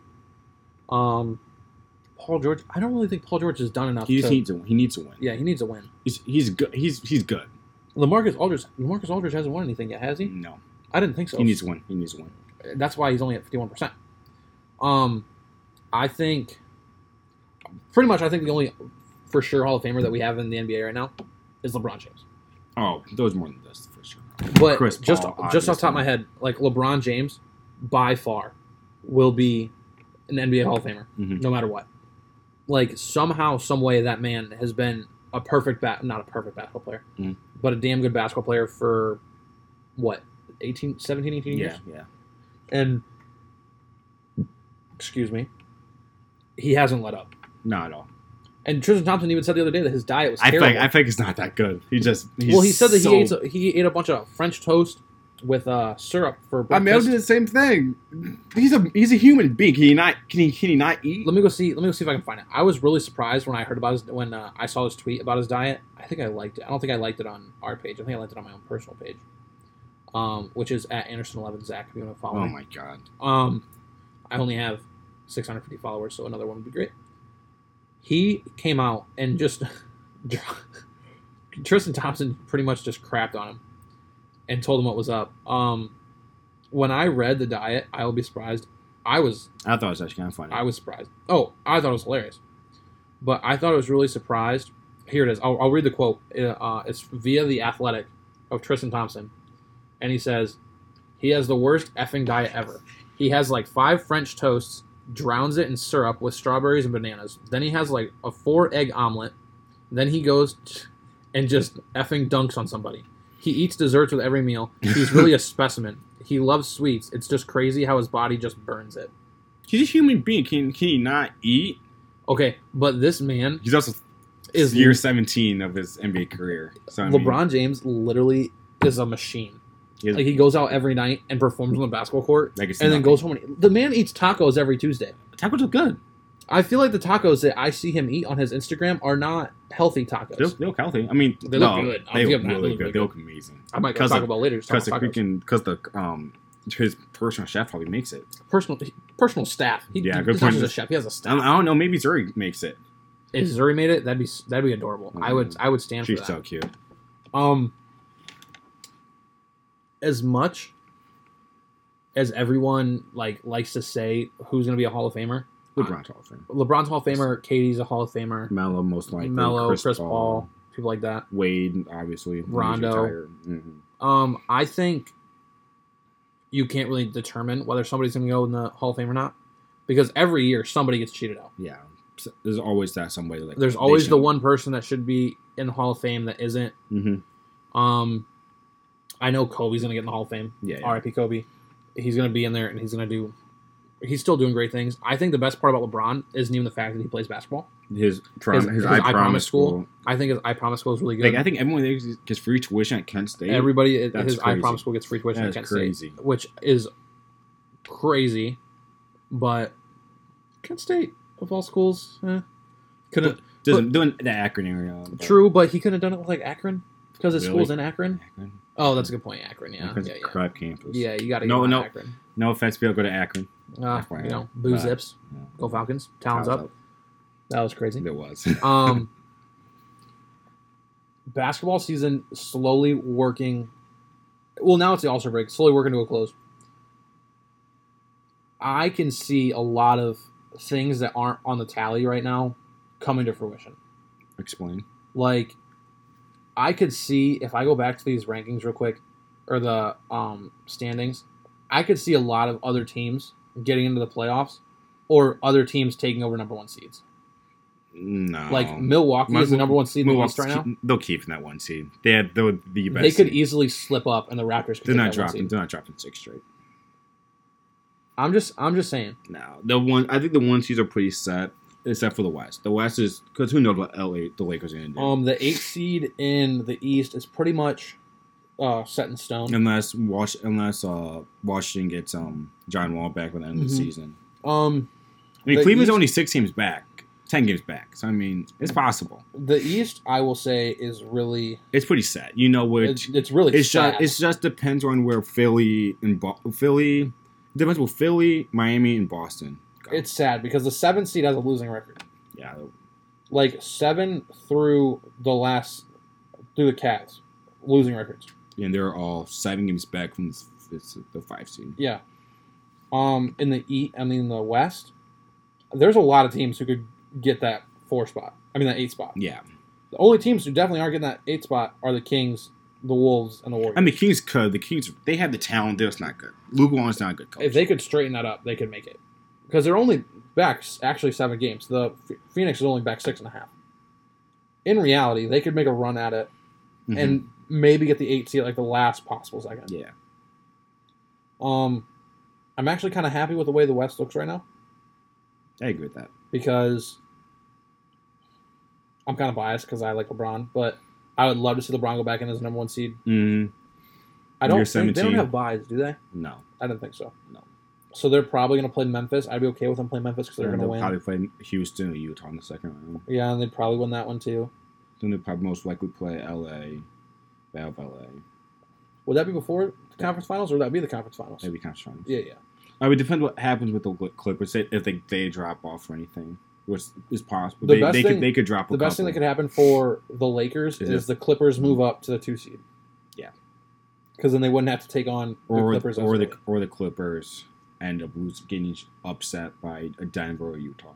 Speaker 1: Um, Paul George, I don't really think Paul George has done enough.
Speaker 3: He
Speaker 1: to,
Speaker 3: just needs to. He needs to win.
Speaker 1: yeah, he needs a win.
Speaker 3: He's he's good. He's he's good.
Speaker 1: Lamarcus Aldridge, Lamarcus Aldridge hasn't won anything yet, has he?
Speaker 3: No,
Speaker 1: I didn't think so.
Speaker 3: he needs to win. He needs to win.
Speaker 1: That's why he's only at 51. percent Um, I think pretty much. I think the only for sure Hall of Famer that we have in the NBA right now is LeBron James.
Speaker 3: Oh, there's more than this for sure.
Speaker 1: But
Speaker 3: Chris
Speaker 1: just
Speaker 3: Paul,
Speaker 1: just off the top of
Speaker 3: obviously.
Speaker 1: my head, like LeBron James, by far, will be an NBA Hall of Famer.
Speaker 3: Mhm.
Speaker 1: no matter what. Like somehow, some way, that man has been a perfect bat, not a perfect basketball player,
Speaker 3: Mhm.
Speaker 1: but a damn good basketball player for what 18, 17, 18
Speaker 3: Yeah,
Speaker 1: years.
Speaker 3: yeah.
Speaker 1: And excuse me, he hasn't let up.
Speaker 3: Not at all.
Speaker 1: And Tristan Thompson even said the other day that his diet was
Speaker 3: I
Speaker 1: terrible.
Speaker 3: think I think it's not that good. He just he's
Speaker 1: well, he said that
Speaker 3: so,
Speaker 1: he ate a, he ate a bunch of French toast with uh, syrup for
Speaker 3: I mean, I
Speaker 1: breakfast.
Speaker 3: would do the same thing. He's a he's a human being. Can he not? Can he? Can he not eat?
Speaker 1: let me go see. Let me go see if I can find it. I was really surprised when I heard about his when uh, I saw his tweet about his diet. I think I liked it. I don't think I liked it on our page. I think I liked it on my own personal page, um, which is at Anderson Eleven Zach. If you want to follow
Speaker 3: Oh
Speaker 1: me.
Speaker 3: my god!
Speaker 1: Um, I only have 650 followers, so another one would be great. He came out and just Tristan Thompson pretty much just crapped on him and told him what was up. Um, when I read the diet, I will be surprised. I was
Speaker 3: I thought it was actually kind of funny.
Speaker 1: I was surprised. Oh, I thought it was hilarious. But I thought it was really surprised. Here it is. I'll, I'll read the quote. Uh, Uh, it's via The Athletic of Tristan Thompson. And he says, He has the worst effing diet ever. He has like five French toasts, drowns it in syrup with strawberries and bananas. Then he has like a four egg omelet. Then he goes t- and just effing dunks on somebody. He eats desserts with every meal. He's really a specimen. He loves sweets. It's just crazy how his body just burns it.
Speaker 3: he's a human being. Can can he not eat?
Speaker 1: Okay, but this man
Speaker 3: He's also
Speaker 1: is
Speaker 3: year seventeen of his NBA career. So I mean,
Speaker 1: LeBron James literally is a machine.
Speaker 3: He is-
Speaker 1: like he goes out every night and performs on the basketball court
Speaker 3: like it's
Speaker 1: and then
Speaker 3: nothing.
Speaker 1: goes home and eat. the man eats tacos every Tuesday.
Speaker 3: Tacos are good.
Speaker 1: I feel like the tacos that I see him eat on his Instagram are not healthy tacos.
Speaker 3: They look, they look healthy. I mean,
Speaker 1: They look
Speaker 3: no,
Speaker 1: good. I'll
Speaker 3: They
Speaker 1: give
Speaker 3: look
Speaker 1: them that. They
Speaker 3: really
Speaker 1: look
Speaker 3: good.
Speaker 1: really
Speaker 3: They look amazing.
Speaker 1: I might go
Speaker 3: Because
Speaker 1: talk
Speaker 3: of-
Speaker 1: about later. just talk
Speaker 3: Because the
Speaker 1: about tacos.
Speaker 3: freaking because the um his personal chef probably makes it.
Speaker 1: personal personal staff. He,
Speaker 3: Yeah,
Speaker 1: he-
Speaker 3: good
Speaker 1: he's
Speaker 3: point.
Speaker 1: Not just a chef. He has a
Speaker 3: I don't,
Speaker 1: staff.
Speaker 3: I don't know. Maybe Zuri makes it.
Speaker 1: If Zuri made it, that'd be that'd be adorable. I would I would stand
Speaker 3: Mm. She's
Speaker 1: for that.
Speaker 3: so cute.
Speaker 1: Um, as much as everyone like likes to say who's going to be a Hall of Famer,
Speaker 3: LeBron's Hall of Fame.
Speaker 1: LeBron's Hall of Famer, Katie's a Hall of Famer,
Speaker 3: Melo most likely.
Speaker 1: Melo, Chris, Paul. people like that.
Speaker 3: Wade obviously. when he's
Speaker 1: Rondo.
Speaker 3: retired. Mhm.
Speaker 1: Um, I think you can't really determine whether somebody's going to go in the Hall of Fame or not because every year somebody gets cheated out.
Speaker 3: Yeah, So there's always that somebody like
Speaker 1: There's always the one person that should be in the Hall of Fame that isn't.
Speaker 3: Mm-hmm.
Speaker 1: Um, I know Kobe's gonna get in the Hall of Fame.
Speaker 3: Yeah, yeah.
Speaker 1: R.I.P. Kobe. He's gonna be in there and he's gonna do. He's still doing great things. I think the best part about LeBron isn't even the fact that he plays basketball.
Speaker 3: his prom, his,
Speaker 1: his
Speaker 3: I, promise, school.
Speaker 1: I think his I Promise School is really good.
Speaker 3: Like I think everyone there gets free tuition at Kent State.
Speaker 1: Everybody at
Speaker 3: That's
Speaker 1: his I
Speaker 3: crazy.
Speaker 1: Promise School gets free tuition
Speaker 3: That is
Speaker 1: at Kent State,
Speaker 3: crazy.
Speaker 1: which is crazy. But Kent State of all schools, eh. couldn't
Speaker 3: Doesn't doing the acronym. uh,
Speaker 1: true, but he couldn't have done it with like Akron because his
Speaker 3: Really?
Speaker 1: school's in Akron.
Speaker 3: Akron.
Speaker 1: Oh, that's a good point, Akron. Yeah,
Speaker 3: Akron's
Speaker 1: yeah,
Speaker 3: a
Speaker 1: yeah.
Speaker 3: crap campus.
Speaker 1: Yeah, you got to
Speaker 3: No,
Speaker 1: go
Speaker 3: no.
Speaker 1: Akron.
Speaker 3: No offense, people go to Akron.
Speaker 1: Uh,
Speaker 3: FYI.
Speaker 1: you know, boo
Speaker 3: Uh,
Speaker 1: zips,
Speaker 3: Yeah.
Speaker 1: go Falcons, Towns up. That was crazy.
Speaker 3: There was.
Speaker 1: Um, basketball season slowly working. Well, now it's the All Star break, slowly working to a close. I can see a lot of things that aren't on the tally right now coming to fruition.
Speaker 3: Explain.
Speaker 1: Like, I could see if I go back to these rankings real quick or the um, standings, I could see a lot of other teams getting into the playoffs or other teams taking over number one seeds.
Speaker 3: No.
Speaker 1: Like Milwaukee is the number one seed in the West right now.
Speaker 3: They'll keep in that one seed. They had they would be the best.
Speaker 1: They could
Speaker 3: seed.
Speaker 1: easily slip up, and the Raptors. Could
Speaker 3: They're
Speaker 1: take
Speaker 3: not
Speaker 1: that one
Speaker 3: dropping.
Speaker 1: seed.
Speaker 3: They're not dropping six straight.
Speaker 1: I'm just, I'm just saying.
Speaker 3: No, the one. I think the one seeds are pretty set, except for the West. The West is because who knows what LA the Lakers are gonna do.
Speaker 1: Um, the eight seed in the East is pretty much uh, set in stone.
Speaker 3: unless Wash, unless uh, Washington gets um John Wall back by the end of
Speaker 1: Mhm.
Speaker 3: the season.
Speaker 1: Um,
Speaker 3: I mean,
Speaker 1: The
Speaker 3: Cleveland's
Speaker 1: East-
Speaker 3: only six games back, ten games back. So I mean, it's possible.
Speaker 1: the East, I will say, is really,
Speaker 3: It's pretty set. You know where
Speaker 1: it's,
Speaker 3: it's,
Speaker 1: it's really
Speaker 3: it's
Speaker 1: sad.
Speaker 3: just it's just depends on where Philly and Bo- Philly depends on Philly, Miami, and Boston. go.
Speaker 1: It's sad because the seven seed has a losing record.
Speaker 3: yeah,
Speaker 1: Like seven through the last through the Cavs, losing records.
Speaker 3: and they're all seven games back from this, this, the five seed.
Speaker 1: Yeah. Um, in the E, I mean the West, there's a lot of teams who could get that four spot. I mean that eight spot.
Speaker 3: Yeah,
Speaker 1: The only teams who definitely aren't getting that eight spot are the Kings, the Wolves, and the Warriors.
Speaker 3: I mean, Kings could the Kings they have the talent. They're just not good. Luke Walton's not a good coach.
Speaker 1: if they could straighten that up, they could make it because they're only back s- actually seven games. The Ph- Phoenix is only back six and a half. In reality, they could make a run at it
Speaker 3: Mhm.
Speaker 1: and maybe get the eight seed like the last possible second.
Speaker 3: yeah,
Speaker 1: Um, I'm actually kind of happy with the way the West looks right now
Speaker 3: I agree with that.
Speaker 1: because I'm kind of biased because I like LeBron, but I would love to see LeBron go back in as number one seed.
Speaker 3: Mm,
Speaker 1: I don't
Speaker 3: You're
Speaker 1: think they don't
Speaker 3: 17.
Speaker 1: have buys, do they?
Speaker 3: no,
Speaker 1: I didn't think so.
Speaker 3: No.
Speaker 1: So they're probably going to play Memphis. I'd be okay with them playing Memphis because they're
Speaker 3: And
Speaker 1: going to
Speaker 3: they'll
Speaker 1: win.
Speaker 3: probably play Houston or Utah in the second round.
Speaker 1: Yeah, and they'd probably win that one too.
Speaker 3: Then they probably most likely play LA, Battle of LA,
Speaker 1: Would that be before the conference finals, or would that be the conference finals?
Speaker 3: maybe kind of strong.
Speaker 1: Yeah, yeah.
Speaker 3: I would depend what happens with the Cl- Clippers say- if they, they drop off or anything, which is possible.
Speaker 1: The
Speaker 3: they,
Speaker 1: best
Speaker 3: they
Speaker 1: thing-
Speaker 3: could they could drop.
Speaker 1: The
Speaker 3: a
Speaker 1: best thing that could
Speaker 3: couple.
Speaker 1: happen for the Lakers
Speaker 3: Is
Speaker 1: is,
Speaker 3: if-
Speaker 1: the Clippers move up to the two seed.
Speaker 3: Yeah.
Speaker 1: Because then they wouldn't have to take on the
Speaker 3: or
Speaker 1: Clippers.
Speaker 3: or the
Speaker 1: early.
Speaker 3: or the Clippers end up losing, getting upset by a Denver or Utah.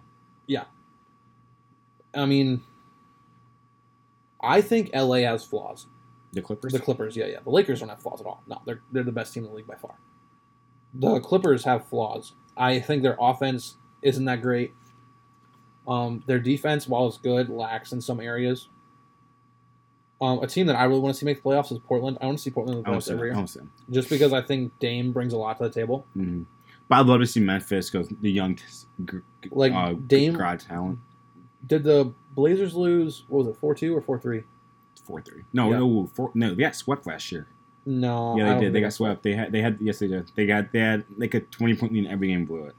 Speaker 1: I mean, I think LA has flaws.
Speaker 3: The Clippers.
Speaker 1: The Clippers, yeah, yeah. The Lakers don't have flaws at all. No, they're they're the best team in the league by far. The Clippers have flaws. I think their offense isn't that great. Um, their defense, while it's good, lacks in some areas. Um, a team that I really want to see make the playoffs is Portland. I want to see Portland in the
Speaker 3: I don't
Speaker 1: playoffs
Speaker 3: see.
Speaker 1: every year,
Speaker 3: I don't see.
Speaker 1: just because I think Dame brings a lot to the table.
Speaker 3: hmm But I'd love to see Memphis because the young, gr- gr-
Speaker 1: Like,
Speaker 3: uh,
Speaker 1: Dame-
Speaker 3: grad talent
Speaker 1: Did the Blazers lose? What was it, four two or four three?
Speaker 3: four three. No,
Speaker 1: Yeah.
Speaker 3: no, four, no. They got swept last year.
Speaker 1: No, I
Speaker 3: yeah,
Speaker 1: don't
Speaker 3: they did. They
Speaker 1: think-
Speaker 3: got swept. They had. They had. Yes, they did. They got. They had like a twenty point lead in every game. Blew it.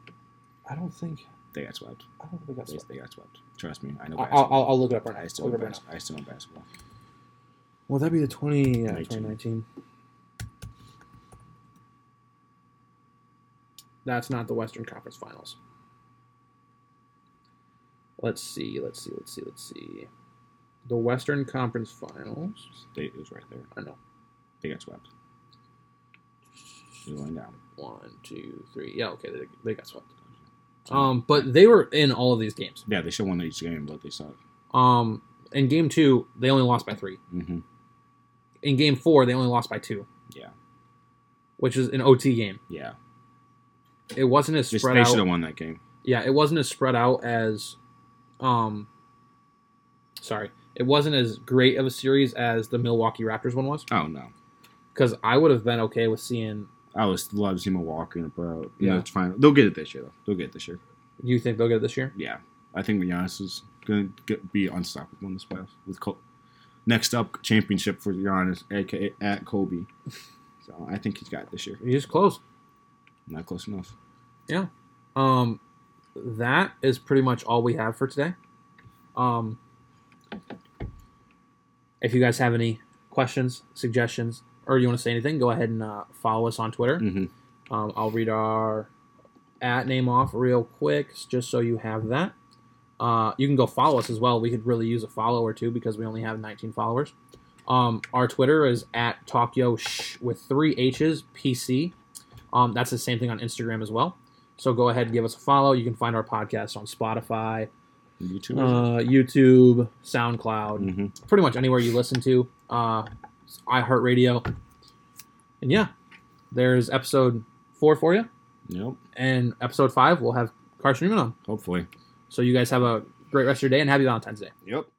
Speaker 1: I don't think.
Speaker 3: They got swept.
Speaker 1: I don't think they got
Speaker 3: They,
Speaker 1: swept.
Speaker 3: they got swept. Trust me. I know.
Speaker 1: I- I'll,
Speaker 3: basketball.
Speaker 1: I'll, I'll look it up right now.
Speaker 3: I
Speaker 1: I'll
Speaker 3: still
Speaker 1: look
Speaker 3: know
Speaker 1: it up right now.
Speaker 3: bas- I still know basketball.
Speaker 1: Will that be the uh, 20, yeah,
Speaker 3: 19.
Speaker 1: 2019? That's not the Western Conference Finals. Let's see, let's see, let's see, let's see. The Western Conference Finals.
Speaker 3: They, it was right there.
Speaker 1: I know.
Speaker 3: They got swept. They're going down.
Speaker 1: One, two, three. Yeah, okay, they, they got swept. Um, but they were in all of these games.
Speaker 3: Yeah, they should won each game, but they suck.
Speaker 1: Um, in game two, they only lost by three.
Speaker 3: hmm
Speaker 1: In game four, they only lost by two.
Speaker 3: Yeah.
Speaker 1: Which is an OT game.
Speaker 3: Yeah,
Speaker 1: It wasn't as
Speaker 3: Just-
Speaker 1: spread
Speaker 3: they
Speaker 1: out.
Speaker 3: should have won that game.
Speaker 1: yeah, it wasn't as spread out as, um, sorry, it wasn't as great of a series as the Milwaukee Raptors one was.
Speaker 3: Oh no,
Speaker 1: Because I would have been okay with seeing.
Speaker 3: I was love to see Milwaukee in a pro. Yeah,
Speaker 1: Yeah.
Speaker 3: it's fine. They'll get it this year though. They'll get it this year.
Speaker 1: You think they'll get it this year?
Speaker 3: Yeah, I think Giannis is gonna get, be unstoppable in this playoff with Col- next up championship for Giannis, aka at Kobe. So I think he's got it this year.
Speaker 1: He's close.
Speaker 3: Not close enough.
Speaker 1: Um, that is pretty much all we have for today. Um, if you guys have any questions, suggestions, or you want to say anything, go ahead and uh, follow us on Twitter.
Speaker 3: Mm-hmm.
Speaker 1: Um, I'll read our at name off real quick, just so you have that. Uh, you can go follow us as well. We could really use a follow or two because we only have 19 followers. Um, our Twitter is at Tokyo Sh with three H's PC. Um, that's the same thing on Instagram as well. So go ahead and give us a follow. You can find our podcast on Spotify,
Speaker 3: You too.
Speaker 1: uh, YouTube, SoundCloud,
Speaker 3: mm-hmm.
Speaker 1: pretty much anywhere you listen to, uh, iHeartRadio. And yeah, there's episode four for you.
Speaker 3: Yep.
Speaker 1: And episode five, we'll have Carson Newman on.
Speaker 3: Hopefully.
Speaker 1: So you guys have a great rest of your day and happy Valentine's Day.
Speaker 3: Yep.